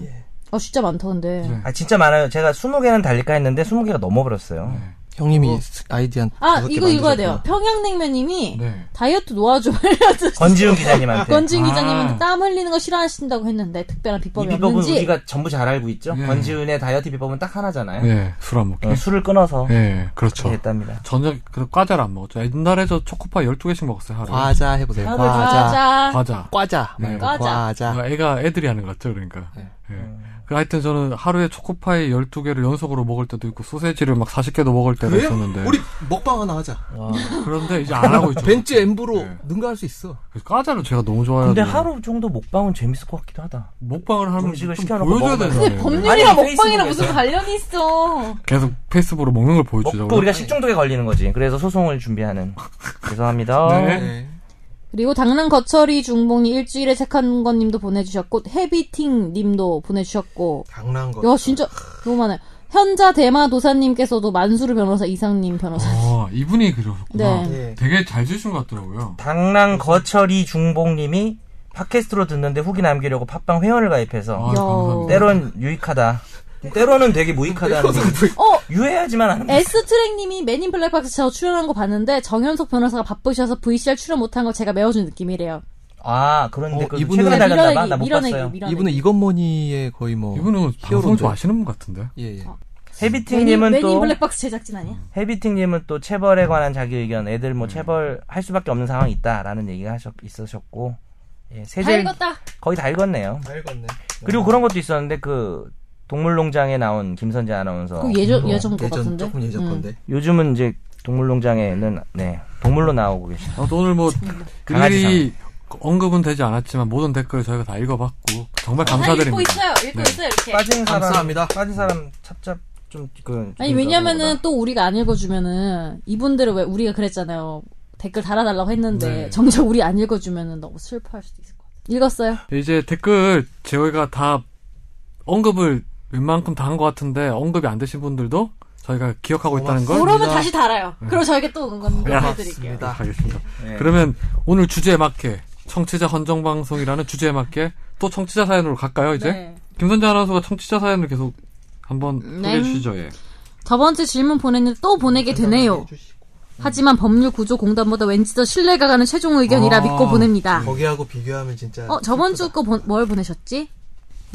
S3: 아 진짜 많다 근데.
S1: 네.
S4: 아 진짜 많아요. 제가 20개는 달릴까 했는데 20개가 넘어버렸어요.
S2: 형님이 아이디 한
S3: 아
S2: 다섯 개
S3: 이거 읽어야
S2: 만드셨구나.
S3: 돼요. 평양냉면님이
S1: 네.
S3: 다이어트 노하좀 알려주세요.
S4: 권지훈 기자님한테
S3: 권진
S1: 아.
S3: 기자님은 땀 흘리는 거 싫어하신다고 했는데 특별한
S4: 이
S3: 비법이
S4: 비법은
S3: 없는지.
S4: 우리가 전부 잘 알고 있죠.
S1: 네.
S4: 권지훈의 다이어트 비법은 딱 하나잖아요.
S1: 예, 술 안 먹기.
S4: 어, 술을 끊어서
S1: 예, 그렇죠.
S4: 했답니다.
S1: 저녁, 그, 과자를 안 먹었죠. 옛날에 저 초코파이 12개씩 먹었어요, 하루에.
S4: 아.
S2: 과자
S3: 아, 네,
S2: 해보세요.
S4: 과자.
S2: 과자.
S3: 과자.
S1: 과자.
S2: 과자.
S1: 네.
S2: 과자.
S4: 아.
S2: 과자.
S1: 그러니까 애가 애들이 하는 것 같죠, 그러니까.
S2: 네.
S1: 예.
S4: 음.
S1: 그 하여튼 저는 하루에 초코파이 12개를 연속으로 먹을 때도 있고 소세지를 막 40개도 먹을 때가
S2: 왜?
S1: 있었는데
S2: 우리 먹방 하나 하자.
S1: 그런데 이제 안 하고 있죠.
S2: 아, 벤츠 엠브로
S1: 네.
S2: 능가할 수 있어.
S1: 그래서 과자를 제가 너무 좋아해요.
S4: 근데 하루 정도 먹방은 재밌을 것 같기도 하다.
S1: 먹방을 하면 좀
S4: 음식을 시켜놓고
S1: 보여줘야
S4: 먹으면
S1: 되잖아요.
S3: 법률이랑
S4: 아니,
S3: 먹방이랑
S4: 페이스북에서.
S3: 무슨 관련이 있어?
S1: 계속 페이스북으로 먹는 걸 보여주죠.
S4: 먹고 우리가 식중독에 걸리는 거지. 그래서 소송을 준비하는. 죄송합니다.
S1: 네.
S3: 그리고 당랑 거처리 중봉이 일주일에 책 한 권님도 보내주셨고 헤비팅님도 보내주셨고
S2: 당난 거.
S3: 야 진짜 너무 많아요. 현자 대마 도사님께서도 만수르 변호사 이상님 변호사.
S1: 아, 이분이 그러셨구나.
S3: 네.
S2: 예.
S1: 되게 잘 주신 것 같더라고요.
S4: 당랑 거철이 중봉님이 팟캐스트로 듣는데 후기 남기려고 팟빵 회원을 가입해서
S1: 아,
S3: 야.
S1: 감사합니다.
S4: 때론 유익하다. 때로는 되게 무익하다는 거.
S3: 어
S4: 유해하지만 않은 거.
S3: S 트랙님이 맨인 블랙박스 저 출연한 거 봤는데 정현석 변호사가 바쁘셔서 VCR 출연 못한 거 제가 메워준 느낌이래요.
S4: 아 그런데
S2: 어,
S4: 그
S2: 이분은
S4: 최근에 달렸나 봐.
S3: 밀어내기,
S4: 나 못
S3: 밀어내기,
S4: 봤어요.
S3: 밀어내기.
S2: 이분은 이건머니의 거의
S4: 어,
S2: 뭐.
S1: 이분은 방송
S2: 히어로인데.
S1: 좀 아시는 분 같은데.
S2: 예, 예.
S4: 헤비팅님은
S3: 맨인
S4: 또
S3: 블랙박스 제작진 아니야?
S4: 헤비팅님은 또 체벌에 관한 자기 의견. 애들 뭐 체벌 할 수밖에 없는 상황이 있다라는 얘기가 하셨, 있으셨고. 예,
S3: 다
S4: 세젤
S3: 읽었다.
S4: 거의 다 읽었네요.
S2: 다 읽었네.
S3: 어,
S4: 그리고 그런 것도 있었는데 그 동물농장에 나온 김선재 아나운서.
S3: 그 예전
S1: 어,
S4: 또
S3: 예전 거
S2: 예전,
S3: 같은데.
S2: 조금 예전
S3: 음.
S2: 건데.
S4: 요즘은 이제 동물농장에는 네 동물로 나오고 계시.
S1: 아, 또 오늘 뭐
S4: 강아지
S1: 일일이 언급은 되지 않았지만 모든 댓글 저희가 다 읽어봤고 정말
S3: 다 아, 읽고
S1: 감사드립니다.
S3: 있어요. 읽고
S1: 네.
S3: 있어요. 이렇게.
S4: 빠진 사람
S2: 감사합니다.
S4: 빠진 사람 찹찹 좀, 그.
S3: 아니 왜냐면은 또 우리가 안 읽어주면은 이분들은 왜 우리가 그랬잖아요 댓글 달아달라고 했는데
S1: 네.
S3: 정작 우리 안 읽어주면은 너무 슬퍼할 수도 있을 것 같아요 읽었어요
S1: 이제 댓글 저희가 다 언급을 웬만큼 다 한 것 같은데 언급이 안 되신 분들도 저희가 기억하고 있다는 걸
S3: 그러면 다시 달아요 네. 그럼 저에게 또 오는 건
S1: 야.
S3: 보내드릴게요
S1: 알겠습니다.
S4: 네.
S1: 그러면 오늘 주제에 맞게 청취자 헌정 방송이라는 주제에 맞게 또 청취자 사연으로 갈까요 이제?
S3: 네.
S1: 김선재 아나운서가 청취자 사연을 계속 한번
S3: 네.
S1: 소개해 주시죠. 예.
S3: 저번 주 질문 보냈는데 또 보내게 되네요 하지만 법률 구조 공단보다 왠지 더 신뢰가 가는 최종 의견이라
S1: 아,
S3: 믿고 보냅니다
S2: 거기하고 비교하면 진짜.
S3: 어 저번 주 거 뭘 보내셨지?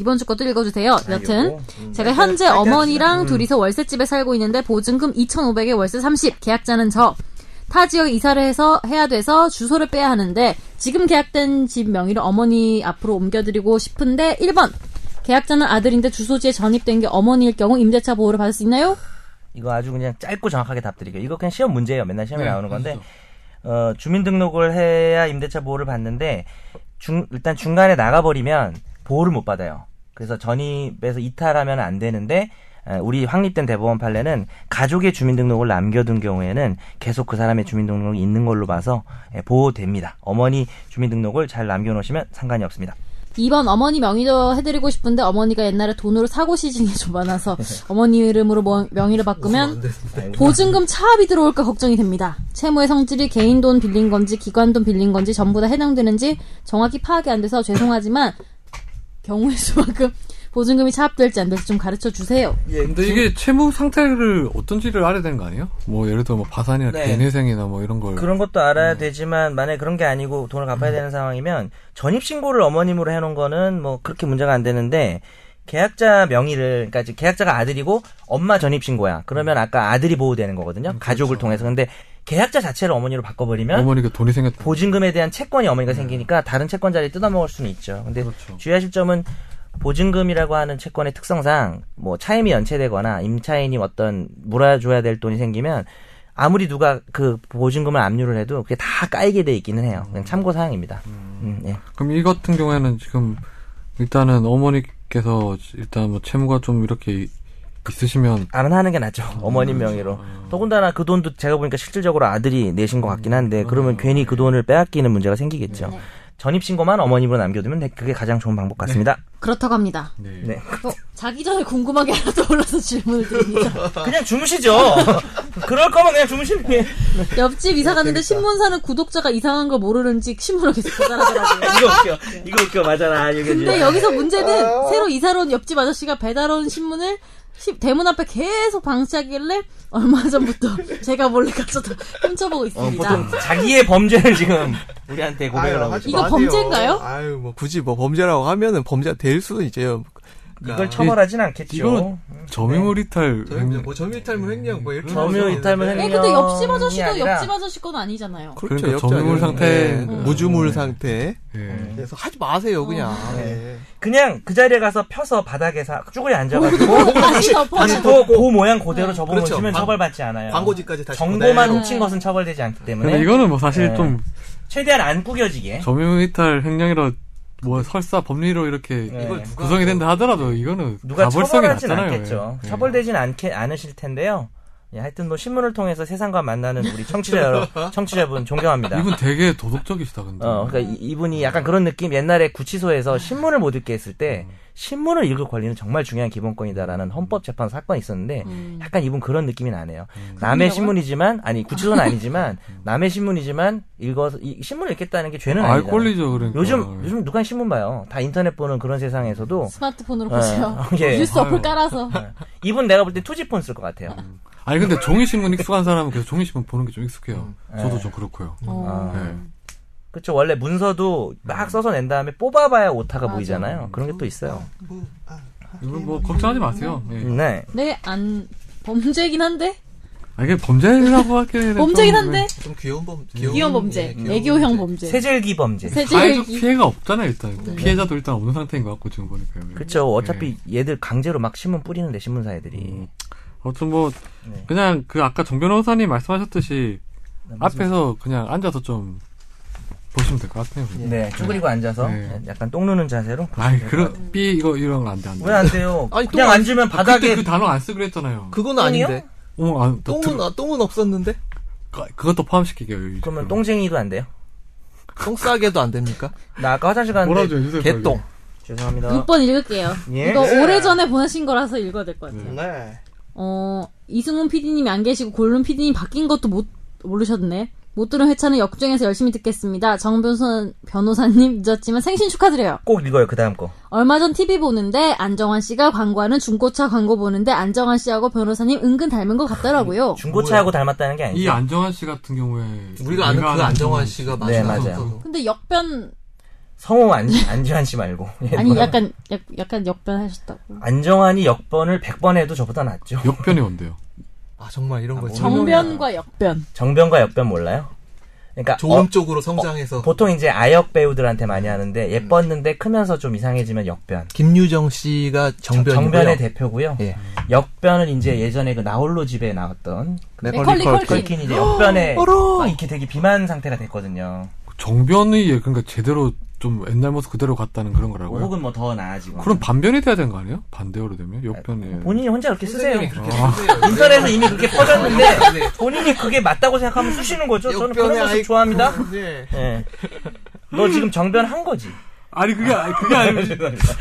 S3: 이번 주 것도 읽어주세요 여튼
S4: 아이고. 음.
S3: 제가 현재 어머니랑 둘이서 월세집에 살고 있는데 보증금 2,500에 월세 30, 계약자는 저. 타 지역 이사를 해서 해야 돼서 주소를 빼야 하는데 지금 계약된 집 명의를 어머니 앞으로 옮겨드리고 싶은데 1번 계약자는 아들인데 주소지에 전입된 게 어머니일 경우 임대차 보호를 받을 수 있나요?
S4: 이거 아주 그냥 짧고 정확하게 답드릴게요. 이거 그냥 시험 문제예요. 맨날 시험에 나오는 건데 어, 주민등록을 해야 임대차 보호를 받는데 중, 일단 중간에 나가버리면 보호를 못 받아요. 그래서 전입에서 이탈하면 안 되는데 어, 우리 확립된 대법원 판례는 가족의 주민등록을 남겨둔 경우에는 계속 그 사람의 주민등록이 있는 걸로 봐서 예, 보호됩니다. 어머니 주민등록을 잘 남겨놓으시면 상관이 없습니다.
S3: 2번 어머니 명의로 해드리고 싶은데 어머니가 옛날에 돈으로 사고 시중에 좀 많아서 어머니 이름으로 뭐- 명의를 바꾸면 보증금 차압이 들어올까 걱정이 됩니다. 채무의 성질이 개인 돈 빌린 건지 기관 돈 빌린 건지 전부 다 해당되는지 정확히 파악이 안 돼서 죄송하지만 경우의 수만큼 보증금이 차압될지 안 될지 좀 가르쳐 주세요.
S1: 근데 이게 채무 상태를 어떤지를 알아야 되는 거 아니에요? 뭐 예를 들어 뭐 바산이나
S4: 네.
S1: 개내생이나 뭐 이런 걸
S4: 그런 것도
S1: 네.
S4: 알아야 되지만 만약에 그런 게 아니고 돈을
S1: 음.
S4: 갚아야 되는 상황이면 전입 신고를 어머님으로 해놓은 거는 뭐 그렇게 문제가 안 되는데 계약자 명의를 그러니까 이제 계약자가 아들이고 엄마 전입 신고야 그러면
S1: 음.
S4: 아까 아들이 보호되는 거거든요 가족을 통해서 근데 계약자 자체를 어머니로 바꿔버리면
S1: 그렇죠. 어머니가 돈이 생겼다.
S4: 보증금에 대한 채권이 어머니가 생기니까 다른 채권자리 뜯어먹을 수는 있죠 근데
S1: 네. 그렇죠.
S4: 주의하실 점은 보증금이라고 하는 채권의 특성상 뭐 차임이 연체되거나 임차인이 어떤 물어줘야 될 돈이 생기면 아무리 누가 그 보증금을 압류를 해도 그게 다 까이게 돼 있기는 해요. 그냥 참고 사항입니다. 음, 예.
S1: 그럼 이 같은 경우에는 지금 일단은 어머니께서 일단 뭐 채무가 좀 이렇게 이- 있으시면
S4: 안 하는 게
S1: 음.
S4: 낫죠. 어머님 명의로. 더군다나 그 돈도 제가 보니까 실질적으로 아들이 내신 것 같긴
S1: 음.
S4: 한데 그러면 괜히 그 돈을 빼앗기는 문제가
S1: 네.
S4: 생기겠죠. 전입신고만 어머님으로 남겨두면 네, 그게 가장 좋은 방법 같습니다.
S3: 그렇다고 합니다.
S1: 네.
S4: 네.
S3: 어, 자기 전에 궁금한 게 하나 떠올라서 질문을 드립니다.
S4: 그냥 주무시죠. 그럴 거면 그냥 주무시는 게.
S3: 옆집 이사 갔는데 신문사는 구독자가 이상한 걸 모르는지 신문을 계속 조달하더라고요.
S4: 이거 웃겨. 이거 웃겨. 맞아라. 이게
S3: 근데 여기서 문제는 새로 이사로 온 옆집 아저씨가 배달 온 신문을 시- 대문 앞에 계속 방치하길래 얼마 전부터 제가 몰래 가서 다 훔쳐보고
S4: 어,
S3: 있습니다.
S4: 보통 자기의 범죄를 지금 우리한테
S2: 아,
S4: 고백을 하고 있어요.
S3: 이거 범죄인가요?
S2: 아유, 뭐 굳이 뭐 범죄라고 하면은 범죄가 될 수는 있어요.
S4: 이걸 처벌하진 않겠죠.
S1: 이건
S4: 네.
S1: 점유물 이탈 행-
S2: 뭐 점유이탈물 횡령 뭐 이렇게
S4: 점유
S2: 나오죠.
S4: 이탈물
S2: 네.
S4: 횡령.
S3: 예, 근데 옆집 아저씨도
S4: 아니라-
S3: 옆집 아저씨 건 아니잖아요.
S2: 그렇죠.
S1: 그러니까
S2: 옆자리는.
S1: 점유물 상태.
S2: 네,
S1: 음.
S2: 무주물 상태.
S4: 뭐
S1: 예.
S2: 그래서 하지 마세요, 그냥. 네.
S4: 그냥 그 자리에 가서 펴서 바닥에 서 쭈그려
S3: 어,
S4: 앉아가지고
S3: 다시 덮어.
S4: 다시 또그 모양 그대로
S2: 그렇죠.
S4: 접어놓으시면
S2: 광-
S4: 처벌받지 않아요.
S2: 광고지까지 다시
S4: 정보만
S2: 보내요.
S4: 훔친 것은 처벌되지 않기
S1: 근데
S4: 때문에
S1: 이거는 뭐 사실
S4: 네.
S1: 좀
S4: 최대한 안 구겨지게.
S1: 점유물 이탈 행령이라 뭐 설사 법리로 이렇게
S4: 네. 이걸 누가
S1: 구성이 된다 하더라도 이거는
S4: 누가
S1: 가벌성이
S4: 처벌하진
S1: 낮잖아요.
S4: 않겠죠.
S1: 예.
S4: 처벌되진 않게 않으실 텐데요. 예, 하여튼 뭐 신문을 통해서 세상과 만나는 우리 청취자 여러, 청취자분 존경합니다.
S1: 예. 이분 되게 도덕적이시다 근데.
S4: 어, 그러니까 이- 이분이 약간 그런 느낌 옛날에 구치소에서 신문을 못 읽게 했을 때 신문을 읽을 권리는 정말 중요한 기본권이다라는 헌법재판 사건이 있었는데 약간 이분 그런 느낌이 나네요. 남의 신문이지만 아니 구치소는 아니지만 남의 신문이지만 읽어서 이 신문을 읽겠다는 게 죄는
S1: 알
S4: 아니다.
S1: 권리죠 그러니까.
S4: 요즘 요즘 누가 신문 봐요? 다 인터넷 보는 그런 세상에서도
S3: 스마트폰으로
S4: 예.
S3: 보세요.
S4: 예.
S3: 뉴스 어플 깔아서.
S4: 이분 내가 볼 때 투지폰 쓸 것 같아요.
S1: 아니 근데 종이 신문 익숙한 사람은 그래서 종이 신문 보는 게 좀
S4: 음,
S1: 익숙해요.
S4: 네.
S1: 저도 좀 그렇고요.
S3: 어.
S1: 예.
S4: 그렇죠. 원래 문서도 막 써서 낸 다음에 뽑아봐야 오타가
S3: 맞아.
S4: 보이잖아요. 그런 게 또 있어요.
S2: 뭐, 아,
S1: 이분
S4: 음.
S1: 뭐 걱정하지 마세요. 예.
S4: 네.
S3: 네, 안 범죄긴 한데
S1: 아 이게 범죄라고 하기에는 좀
S3: 범죄긴 한데
S2: 좀 귀여운 예, 범,
S3: 귀여운 범죄, 애교형 범죄,
S4: 세절기 범죄.
S1: 사회적
S3: 네. 세제기.
S1: 피해가 없잖아요 일단
S3: 네.
S1: 피해자도 일단 없는 상태인 것 같고 지금 보니까요. 예.
S4: 그렇죠. 어차피
S1: 네.
S4: 얘들 강제로 막 신문 뿌리는데 신문사 애들이.
S1: 음. 아무튼 뭐
S4: 네.
S1: 그냥
S4: 음.
S1: 그 아까 정 변호사님 말씀하셨듯이 앞에서 그냥 앉아서 좀 보시면 될 것 같아요. 그냥.
S4: 네, 쭈그리고 앉아서
S1: 네.
S4: 약간 똥 누는 자세로. 보시면
S1: 아니
S4: 될것 같아요.
S1: 그런 삐 이거 이런 거 안 돼 안 돼.
S4: 왜안 돼요?
S2: 아니, 똥
S4: 그냥
S2: 안-
S4: 앉으면
S1: 아, 그때
S4: 바닥에
S1: 그 단어 안 쓰기로 했잖아요.
S2: 그건
S4: 똥이요?
S2: 아닌데.
S1: 어, 아, 또
S2: 똥은
S1: 들어-
S2: 아, 똥은 없었는데
S1: 그- 그것도 포함시키게요.
S4: 어- 그러면 똥쟁이도 안 돼요.
S2: 똥 싸게도 안 됩니까?
S4: 나 아까 화장실 갔는데
S1: 뭐라고 해주세요. 그
S2: 개똥.
S4: 죄송합니다.
S3: 6번 읽을게요.
S4: 예.
S3: 이거 오래전에 보내신 거라서 읽어야 될 것 같아요.
S4: 네.
S3: 어, 이승훈 PD님이 안 계시고 골룸 PD님 바뀐 것도 못 모르셨네. 못 들은 회차는 역주행에서 열심히 듣겠습니다. 정 변호사, 변호사님 늦었지만 생신 축하드려요.
S4: 꼭 읽어요. 그 다음 거.
S3: 얼마 전 TV 보는데 안정환 씨가 광고하는 중고차 광고 보는데 안정환 씨하고 변호사님 은근 닮은 것 같더라고요.
S4: 중고차하고 닮았다는 게
S1: 이
S4: 아니죠.
S1: 안정환 씨 같은 경우에
S2: 우리가 아는 그 안정환 씨가
S4: 네,
S2: 맞아요.
S4: 맞아요.
S3: 근데 역변
S4: 성우 안, 안지환 씨 말고. 예,
S3: 아니
S4: 뭐야.
S3: 약간 약, 약간
S1: 아.
S4: 음.
S3: 역변하셨다고.
S4: 안정환이 역번을 100번 해도 저보다 낫죠.
S1: 역변이 온대요.
S2: 아 정말 이런 거
S4: 뭐.
S2: 참
S3: 정변과 역변.
S4: 정변과 역변 몰라요? 그러니까
S2: 좋은
S4: 어,
S2: 쪽으로 성장해서
S4: 보통 이제 아역 배우들한테 많이 하는데 예뻤는데 크면서 좀 이상해지면 역변.
S2: 김유정 씨가 정변이고요.
S4: 정변의 대표고요.
S2: 예.
S4: 역변은 이제 예전에 그 나홀로 집에 나왔던 그
S3: 네, 맥컬리 컬킨.
S4: 네, 컬킨이 이제 역변에
S2: 네. 어려워.
S4: 막 이렇게 되게 비만 상태가 됐거든요.
S1: 정변의 예, 그러니까 제대로 좀 옛날 모습 그대로 갔다는 그런 거라고요.
S4: 혹은 뭐 더 나아지고.
S1: 그럼 반변이 돼야 되는 거 아니에요? 반대어로 되면
S2: 아,
S1: 역변이
S4: 본인이 혼자 그렇게 쓰세요.
S1: 아.
S4: 인터넷에서 이미 그렇게
S2: 네.
S4: 퍼졌는데 본인이 그게 맞다고 생각하면 쓰시는 거죠. 저는 그런 모습 좋아합니다.
S2: 네.
S4: 예. 너 지금 정변 한 거지.
S1: 아니 그게 아니 그게 아니고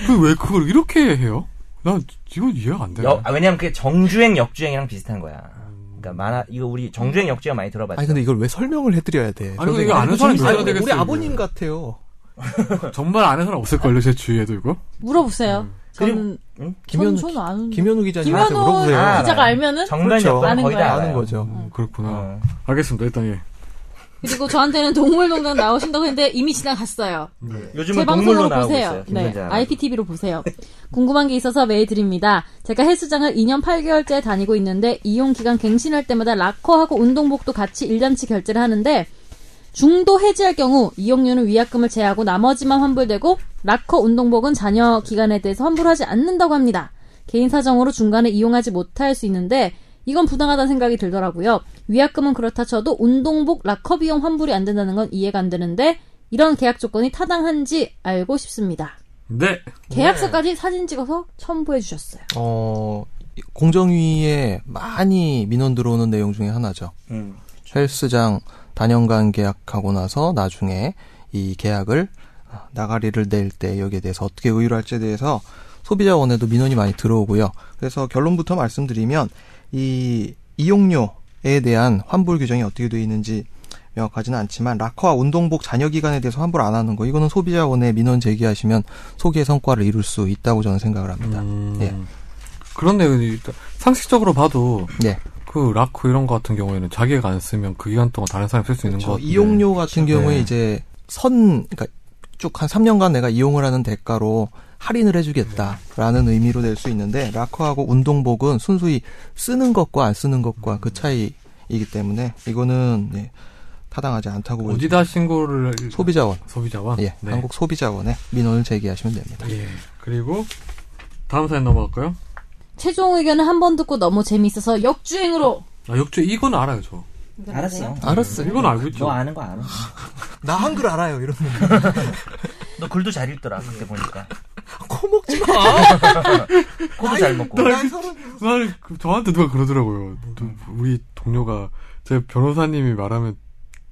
S1: 그왜 그걸 이렇게 해요? 난 이건 이해가 안 돼.
S4: 역- 아, 왜냐면 그게 정주행 역주행이랑 비슷한 거야. 그러니까 만화 이거 우리 정주행 역주행 많이 들어봤죠.
S2: 아니 근데 이걸 왜 설명을 해드려야 돼?
S1: 아니, 근데 이거 아는 사람이
S2: 재밌어요.
S1: 있어야 되겠어요,
S2: 우리
S1: 이거.
S2: 아버님 같아요.
S1: 정말 아는 사람 없을 걸요 제 주위에도 이거.
S3: 물어보세요. 저는
S4: 응?
S2: 김현우
S3: 김현우 저는 아는
S2: 김현우 기자님한테
S3: 김현우
S2: 물어보세요.
S4: 아,
S3: 기자가 알면은
S4: 정변
S2: 그렇죠.
S4: 역주행
S3: 아는
S4: 거의
S3: 거예요.
S4: 다
S2: 아는
S4: 알아요.
S2: 거죠.
S1: 음, 그렇구나.
S4: 어.
S1: 알겠습니다. 일단 예.
S3: 그리고 저한테는 동물농장 나오신다고 했는데 이미 지나갔어요.
S2: 네.
S4: 요즘은
S3: 제
S4: 뭐 동물로
S3: 방송으로
S4: 나오고
S3: 보세요.
S4: 있어요.
S3: 네,
S4: 김선재 아나운서.
S3: IPTV로 보세요. 궁금한 게 있어서 메일 드립니다. 제가 헬스장을 2년 8개월째 다니고 있는데 이용 기간 갱신할 때마다 락커하고 운동복도 같이 1년치 결제를 하는데 중도 해지할 경우 이용료는 위약금을 제하고 나머지만 환불되고 락커 운동복은 잔여 기간에 대해서 환불하지 않는다고 합니다. 개인 사정으로 중간에 이용하지 못할 수 있는데 이건 부당하다는 생각이 들더라고요. 위약금은 그렇다 쳐도 운동복 락커 비용 환불이 안 된다는 건 이해가 안 되는데 이런 계약 조건이 타당한지 알고 싶습니다.
S1: 네.
S3: 계약서까지 사진 찍어서 첨부해 주셨어요.
S2: 어 공정위에 많이 민원 들어오는 내용 중에 하나죠.
S4: 음.
S2: 헬스장 단연간 계약하고 나서 나중에 이 계약을 나가리를 낼 때 여기에 대해서 어떻게 의뢰할지에 대해서 소비자원에도 민원이 많이 들어오고요. 그래서 결론부터 말씀드리면 이 이용료에 대한 환불 규정이 어떻게 되어 있는지 명확하지는 않지만 락커와 운동복 잔여 기간에 대해서 환불 안 하는 거 이거는 소비자원에 민원 제기하시면 소기의 성과를 이룰 수 있다고 저는 생각을 합니다.
S1: 음,
S2: 예.
S1: 그렇네요. 일단 상식적으로 봐도
S2: 네.
S1: 그 라코 이런 거 같은 경우에는 자기가 안 쓰면 그 기간 동안 다른 사람이 쓸 수 있는 거
S2: 그렇죠.
S1: 같은데.
S2: 이용료 같은 경우에
S1: 네.
S2: 이제 선 그러니까 쭉 한 3년간 내가 이용을 하는 대가로 할인을 해주겠다라는 의미로 낼 수 있는데 라커하고 운동복은 순수히 쓰는 것과 안 쓰는 것과 그 차이이기 때문에 이거는 예, 타당하지 않다고 보여집니다.
S1: 어디다 신고를
S2: 소비자원
S1: 소비자와 네.
S2: 예 한국 소비자원에 민원을 제기하시면 됩니다.
S1: 예. 그리고 다음 사연 넘어갈까요?
S3: 최종 의견을 한 번 듣고 너무 재밌어서 역주행으로
S1: 아, 역주 이건 알아요, 저.
S4: 알았어.
S2: 알았어요.
S1: 이건 알고 있죠.
S4: 너뭐 아는 거 알아.
S2: 나 한글 알아요 이런
S4: 너 글도 잘 읽더라. 그때 보니까.
S2: 코먹지 마.
S4: 코도 잘 먹고.
S2: 난 서른
S1: 아니, 그 저한테 누가 그러더라고요.
S4: 음.
S1: 또 우리 동료가 제 변호사님이 말하면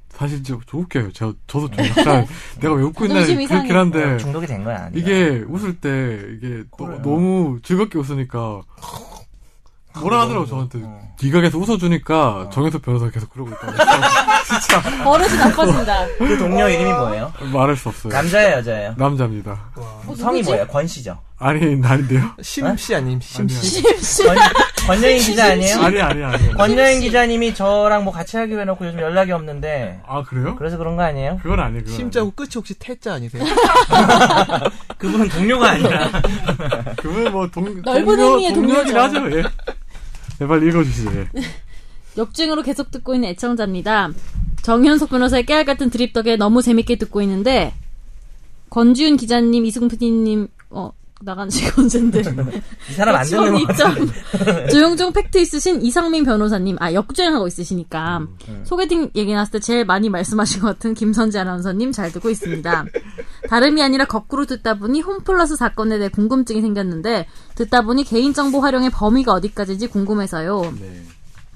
S1: 사실 좀, 좀 웃겨요. 저 저도 좀 약간 내가 왜 웃고 있나
S3: 자존심
S1: 그렇긴
S3: 이상해.
S1: 한데
S4: 어, 중독이 된 거야. 아니야.
S1: 이게 웃을 때 이게 또
S4: 그래요.
S1: 너무 즐겁게 웃으니까 뭐라 하더라고 저한테
S4: 어.
S1: 네가 계속 웃어주니까 정혜석 변호사 가 계속 그러고 있다
S3: 버릇이 나빠진다.
S4: 그 동료 이름이 뭐예요?
S1: 말할 수 없어요.
S4: 남자예요, 여자예요?
S1: 남자입니다.
S4: 성이
S3: 누구지?
S4: 뭐예요? 권 씨죠.
S1: 아니 아닌데요?
S2: 심씨 아님 심씨.
S3: 심심.
S4: 권, 권여인 기자 아니에요?
S1: 아니 아니 아니.
S4: 권여인 기자님이 저랑 뭐 같이 하기로 해놓고 요즘 연락이 없는데
S1: 아 그래요?
S4: 그래서 그런 거 아니에요?
S1: 그건 아니에요. 그건
S2: 심자고 끝이 혹시 태자 아니세요?
S4: 그분은 동료가 아니라
S1: 아니에요. 그건 뭐 동,
S3: 넓은
S1: 동료,
S3: 의미의
S1: 동료긴
S3: 동료죠.
S1: 하죠. 예. 네, 빨리 읽어주시죠. 예.
S3: 역주행으로 계속 듣고 있는 애청자입니다. 정현석 변호사의 깨알 같은 드립 덕에 너무 재밌게 듣고 있는데 권지윤 기자님, 이승훈 PD님, 어, 나간 지가 언젠데.
S4: 이 사람 안 듣는 거 같아.
S3: 조영종 팩트 있으신 이상민 변호사님, 아, 역주행하고 있으시니까.
S4: 음.
S3: 소개팅 얘기 나왔을 때 제일 많이 말씀하신 것 같은 김선재 아나운서님 잘 듣고 있습니다. 다름이 아니라 거꾸로 듣다 보니 홈플러스 사건에 대해 궁금증이 생겼는데, 듣다 보니 개인정보 활용의 범위가 어디까지인지 궁금해서요.
S1: 네.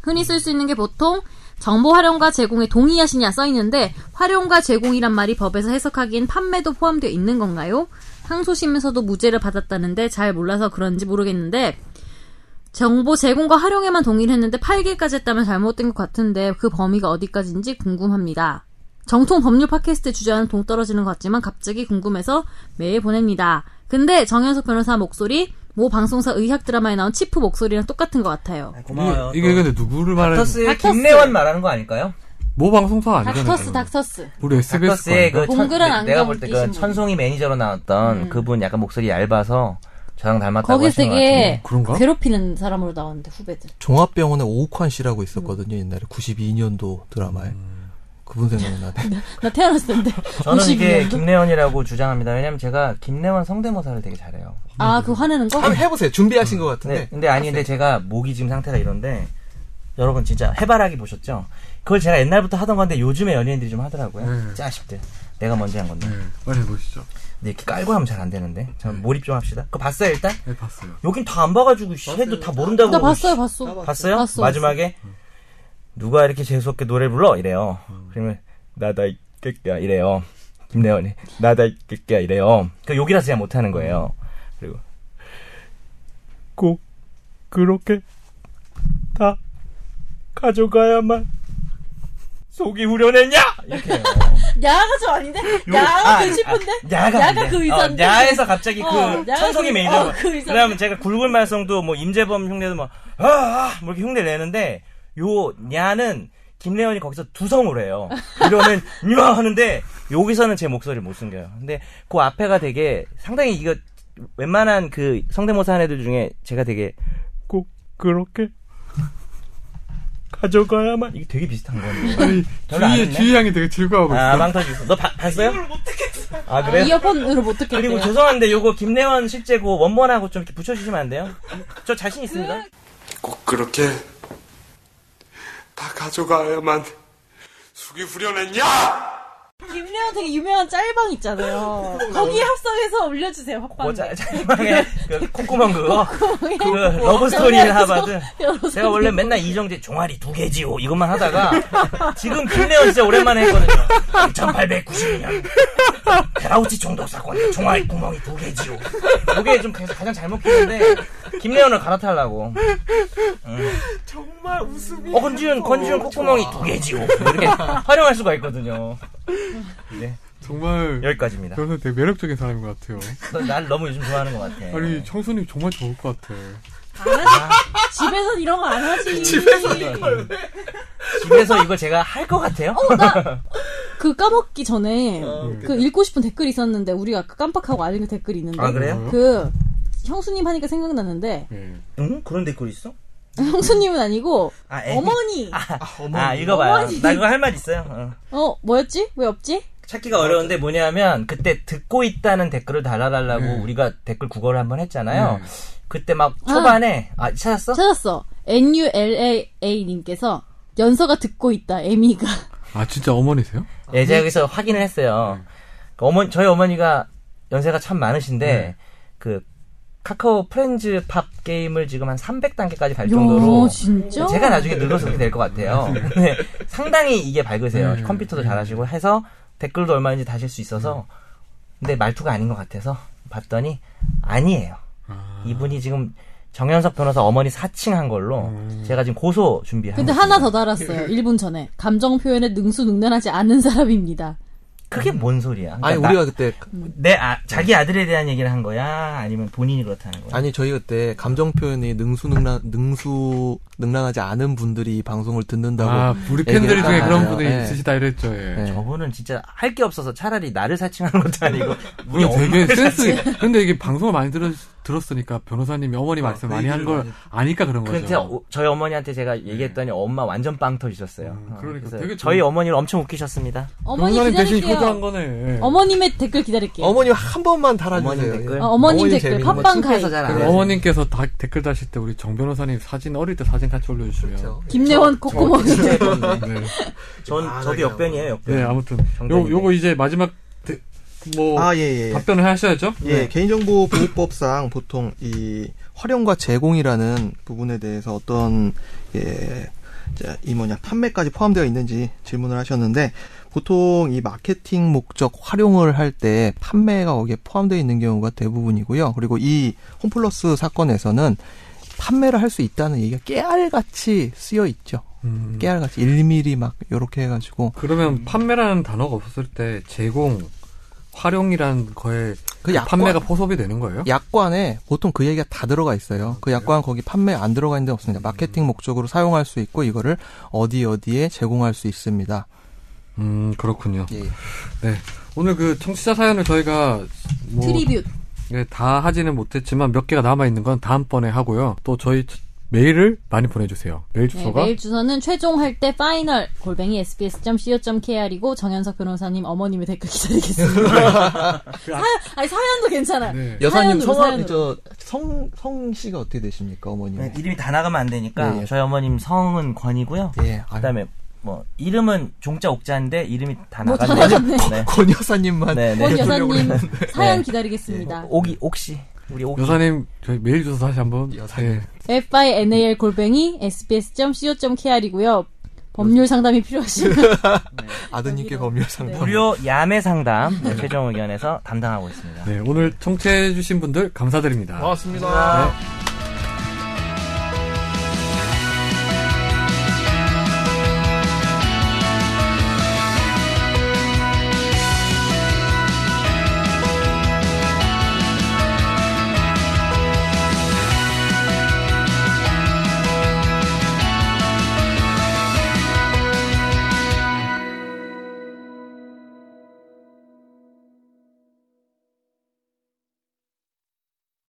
S3: 흔히 쓸 수 있는 게 보통 정보 활용과 제공에 동의하시냐 써 있는데 활용과 제공이란 말이 법에서 해석하기엔 판매도 포함되어 있는 건가요? 항소심에서도 무죄를 받았다는데 잘 몰라서 그런지 모르겠는데 정보 제공과 활용에만 동의를 했는데 8개까지 했다면 잘못된 것 같은데 그 범위가 어디까지인지 궁금합니다. 정통 법률 팟캐스트 주제와는 동떨어지는 것 같지만 갑자기 궁금해서 메일 보냅니다. 근데 정현석 변호사 목소리 모 방송사 의학 드라마에 나온 치프 목소리랑 똑같은 것 같아요.
S4: 고마워요.
S1: 이게, 이게 근데 누구를 말하는
S4: 닥터스의
S3: 닥터스.
S4: 김래원 말하는 거 아닐까요?
S1: 모 방송사 아니잖아요.
S3: 닥터스
S1: 그거는.
S3: 닥터스.
S1: 우리 SBS 거
S4: 닥터스의
S1: 아닌가?
S4: 그 천,
S3: 동그란 안경
S4: 내가 볼 때
S3: 끼신 분.
S4: 그 천송이 매니저로 나왔던 그분 약간 목소리 얇아서 저랑 닮았다고
S3: 거기
S4: 하신 것 같은데.
S3: 되게
S1: 같은데. 그런가?
S3: 괴롭히는 사람으로 나오는데 후배들.
S2: 종합병원에 오욱환 씨라고 있었거든요 옛날에 92년도 드라마에 그분 생각나네.
S3: 나 태어났을 텐데.
S4: 저는 이게
S3: 52년도?
S4: 김래원이라고 주장합니다. 왜냐면 제가 김래원 성대모사를 되게 잘해요.
S3: 아, 그 화내는 거?
S1: 음.
S2: 한번 해보세요. 준비하신 것
S4: 근데,
S1: 네.
S2: 같은데.
S4: 근데 아니 근데 제가 목이 지금 상태가 이런데 여러분 진짜 해바라기 보셨죠? 그걸 제가 옛날부터 하던 건데 요즘에 연예인들이 좀 하더라고요.
S1: 네.
S4: 진짜 아쉽대. 내가 먼저 한 건데.
S1: 네, 빨리 해보시죠.
S4: 근데 이렇게 깔고 하면 잘 안 되는데. 자, 몰입 좀 합시다. 그거 봤어요 일단?
S1: 네, 봤어요.
S4: 여긴 다 안 봐가지고 씨, 해도 다 모른다고.
S3: 나
S4: 그러고,
S3: 봤어요,
S4: 뭐, 씨.
S3: 봤어.
S4: 봤어요?
S3: 봤어,
S4: 마지막에 누가 이렇게 재수없게 노래 불러 이래요. 그러면 나다 이끼야 이래요. 김래원이 나다 이끼야 이래요. 그 욕이라서 제가 못하는 거예요. 그리고 꼭 그렇게 다 가져가야만 속이 후련했냐 이렇게 해요.
S3: 야가 좀 아닌데?
S4: 요-
S3: 야가
S4: 아,
S3: 그 싶은데?
S4: 아, 야가,
S3: 야가
S4: 안 돼.
S3: 그 의사인데?
S4: 어, 야에서 갑자기
S3: 어,
S4: 그
S3: 야가
S4: 천송이
S3: 그-
S4: 메이저.
S3: 어, 그 의사인데?
S4: 그러면 제가 굵은 말썽도 뭐 임재범 흉내도 막 아, 아, 뭐 이렇게 흉내 내는데 요 야는 김래원이 거기서 두성으로 해요. 이러면 냐 하는데 여기서는 제 목소리를 못 숨겨요. 근데 그 앞에가 되게 상당히 이거 웬만한 그 성대모사 한 애들 중에 제가 되게 꼭 그렇게 가져가야만 이게 되게 비슷한 거예요.
S1: 아니,
S4: 별로 안 했네.
S1: 주희, 주희 양이 되게 즐거워하고
S4: 아
S1: 있어요.
S4: 망터지 있어. 너 봐- 봤어요? 아 그래요?
S3: 이어폰으로 못 듣겠대요.
S4: 그리고 죄송한데 요거 김래원 실제 그 원본하고 좀 이렇게 붙여주시면 안 돼요? 저 자신 있습니다.
S5: 꼭 그렇게 다 가져가야만 숙이 후련했냐?
S3: 김래원 되게 유명한 짤방 있잖아요. 거기 합성해서 올려주세요,
S4: 그거
S3: 합방.
S4: 뭐 자- 자기방에 그 콧구멍 그거 그
S3: 를
S4: 러브스토리 하바드 제가 원래 맨날 이정재 종아리 두 개지요 이것만 하다가 지금 김래원 진짜 오랜만에 했거든요 1892년 베라우치 총독 사건 종아리 구멍이 두 개지요 이게 좀 계속 가장 잘 먹히는데 김래원을 갈아타려고 음.
S5: 정말 웃음이
S4: 어, 건지윤, 건지윤 콧구멍이 두 개지요. 이렇게 활용할 수가 있거든요. 네,
S1: 정말
S4: 여기까지입니다.
S1: 변호사 되게 매력적인 사람인 것 같아요.
S4: 너- 날 너무 요즘 좋아하는 것 같아.
S1: 아니 청순이 정말 좋을 것 같아.
S3: 집에서 이런 거 안 하지.
S4: 집에서 이걸 제가 할 것 같아요?
S3: 그 까먹기 전에
S4: 어, 그러니까.
S3: 그 읽고 싶은 댓글이 있었는데 우리가 아까 깜빡하고 안 읽은 댓글이 있는데
S4: 아, 그래요?
S3: 그 형수님 하니까 생각났는데
S1: 네.
S4: 응? 그런 댓글 있어?
S3: 형수님은 아니고
S4: 아, 애.
S3: 어머니
S4: 아, 읽어봐요.
S3: 어머니.
S4: 나 그거 할 말 있어요. 어.
S3: 어 뭐였지 왜 없지
S4: 찾기가 어려운데 뭐냐면 그때 듣고 있다는 댓글을 달아달라고
S3: 음.
S1: 네.
S4: 우리가 댓글 국어를 한번 했잖아요.
S1: 네.
S4: 그때 막 초반에 아, 찾았어?
S3: 찾았어 N U L A A 님께서 연서가 듣고 있다 에미가
S1: 아 진짜 어머니세요?
S4: 예,
S3: 네.
S4: 제가 여기서 확인을 했어요. 그 어머 저희 어머니가 연세가 참 많으신데
S3: 네.
S4: 그 카카오 프렌즈 팝 게임을 지금 한 300단계까지 갈 정도로
S3: 야, 진짜
S4: 네, 제가 나중에 늙어서 그렇게 될 것 같아요.
S2: 네.
S4: 근데 상당히 이게 밝으세요.
S2: 음.
S1: 네.
S4: 컴퓨터도 잘하시고 해서 댓글도 얼마인지 다실 수 있어서
S2: 음.
S4: 근데 말투가 아닌 것 같아서 봤더니 아니에요.
S1: 아,
S4: 이분이 지금 정현석 변호사 어머니 사칭한 걸로
S2: 음.
S4: 제가 지금 고소 준비하고
S3: 근데 하나 더 달았어요 1분 전에 감정 표현에 능수능란하지 않은 사람입니다
S4: 그게 뭔 소리야?
S2: 아니
S4: 그러니까 나-
S2: 우리가 그때
S1: 음.
S4: 내 아, 자기 아들에 대한 얘기를 한 거야? 아니면 본인이 그렇다는 거야?
S2: 아니 저희 그때 감정 표현이 능수능란 능수능란하지 않은 분들이 이 방송을 듣는다고
S1: 아 우리
S2: 얘기를
S1: 팬들 중에 그런
S2: 하잖아요.
S1: 분이
S2: 예.
S1: 있으시다 이랬죠. 예.
S2: 네.
S4: 저분은 진짜 할 게 없어서 차라리 나를 사칭하는 것도 아니고
S1: 우리
S4: 우리
S1: 되게
S4: 엄마를
S1: 센스. 근데 이게 방송을 많이 들으, 들었으니까 변호사님이 어머니 말씀
S2: 그
S1: 많이 한
S2: 얘기를
S1: 걸 아니까 그런 거죠.
S4: 그런데 어- 저희 어머니한테 제가 얘기했더니 엄마 완전 빵 터지셨어요.
S1: 음,
S4: 어,
S1: 그러니까
S4: 그래서
S1: 되게
S4: 저희
S1: 좋은-
S4: 어머니를 엄청 웃기셨습니다.
S3: 어머니
S1: 변호사님 대신 효도한
S3: 기다릴게요.
S1: 거네.
S3: 어머님의 댓글 기다릴게요.
S2: 어머니 한 번만 달아주세요.
S4: 어머님 댓글.
S1: 그
S3: 어, 어머님
S2: 어머니
S3: 댓글
S2: 재밌는 거
S3: 팟빵 가입.
S4: 칭찬해서 잘안
S1: 그리고
S4: 해요.
S1: 어머님께서 다- 댓글 다실 때 우리 정 변호사님 사진 어릴 때 사진 같이 올려주시면.
S2: 그렇죠.
S3: 김내원 코코몽.
S1: 네.
S4: 전
S2: 아,
S4: 저도
S2: 그래요.
S4: 역변이에요. 역변.
S1: 네, 아무튼 요
S4: 정답이네.
S1: 요거 이제 마지막 대- 뭐
S2: 아, 예, 예.
S1: 답변을 하셔야죠. 네.
S2: 예, 개인정보 보호법상 보통 이 활용과 제공이라는 부분에 대해서 어떤 예, 자, 이 뭐냐 판매까지 포함되어 있는지 질문을 하셨는데 보통 이 마케팅 목적 활용을 할 때 판매가 거기에 포함되어 있는 경우가 대부분이고요. 그리고 이 홈플러스 사건에서는 판매를 할 수 있다는 얘기가 깨알같이 쓰여 있죠.
S1: 음,
S2: 깨알같이 일일이 막 요렇게 해가지고
S1: 그러면 판매라는 단어가 없었을 때 제공, 활용이란 거에
S2: 그 약관-
S1: 판매가 포섭이 되는 거예요?
S2: 약관에 보통 그 얘기가 다 들어가 있어요. 음. 그 약관 거기 판매 안 들어가 있는 데 없습니다. 마케팅 목적으로 사용할 수 있고 이거를 어디 어디에 제공할 수 있습니다.
S1: 음 그렇군요.
S2: 예.
S1: 네 오늘 그 청취자 사연을 저희가 뭐
S3: 트리뷰.
S1: 네, 다 하지는 못했지만 몇 개가 남아 있는 건 다음번에 하고요. 또 저희 메일을 많이 보내주세요. 메일
S3: 네,
S1: 주소가
S3: 메일 주소는 최종 할 때 파이널 골뱅이 sbs.co.kr이고 정현석 변호사님 어머님의 댓글 기다리겠습니다. 사연, 아니 사연도 괜찮아요.
S1: 네.
S2: 여사님
S3: 사연으로,
S2: 성함
S3: 사연으로.
S2: 저성 성씨가 어떻게 되십니까 어머님?
S4: 네,
S2: 의
S4: 이름이 다 나가면 안 되니까
S1: 네,
S2: 예, 예.
S4: 저희 어머님 성은 권이고요.
S2: 예. 아유.
S4: 그다음에 뭐 이름은 종자 옥자인데 이름이 다
S3: 뭐
S4: 나가면
S3: 다 나갔네.
S4: 네.
S2: 권 여사님만
S4: 네, 네.
S3: 권 여사님 사연
S4: 네.
S3: 기다리겠습니다.
S4: 옥이 옥씨 우리 옥
S1: 여사님 저희 메일 주소 다시 한번
S2: 여사님.
S1: 네.
S3: final 골뱅이 sbs.co.kr이고요. 법률 상담이 필요하시면
S4: 네.
S2: 아드님께 법률 상담.
S4: 무료 야매 상담 네,
S1: 예,
S4: 최종 의견에서 담당하고 있습니다.
S2: 아,
S1: 네, 오늘 청취해주신 분들 감사드립니다.
S2: 고맙습니다.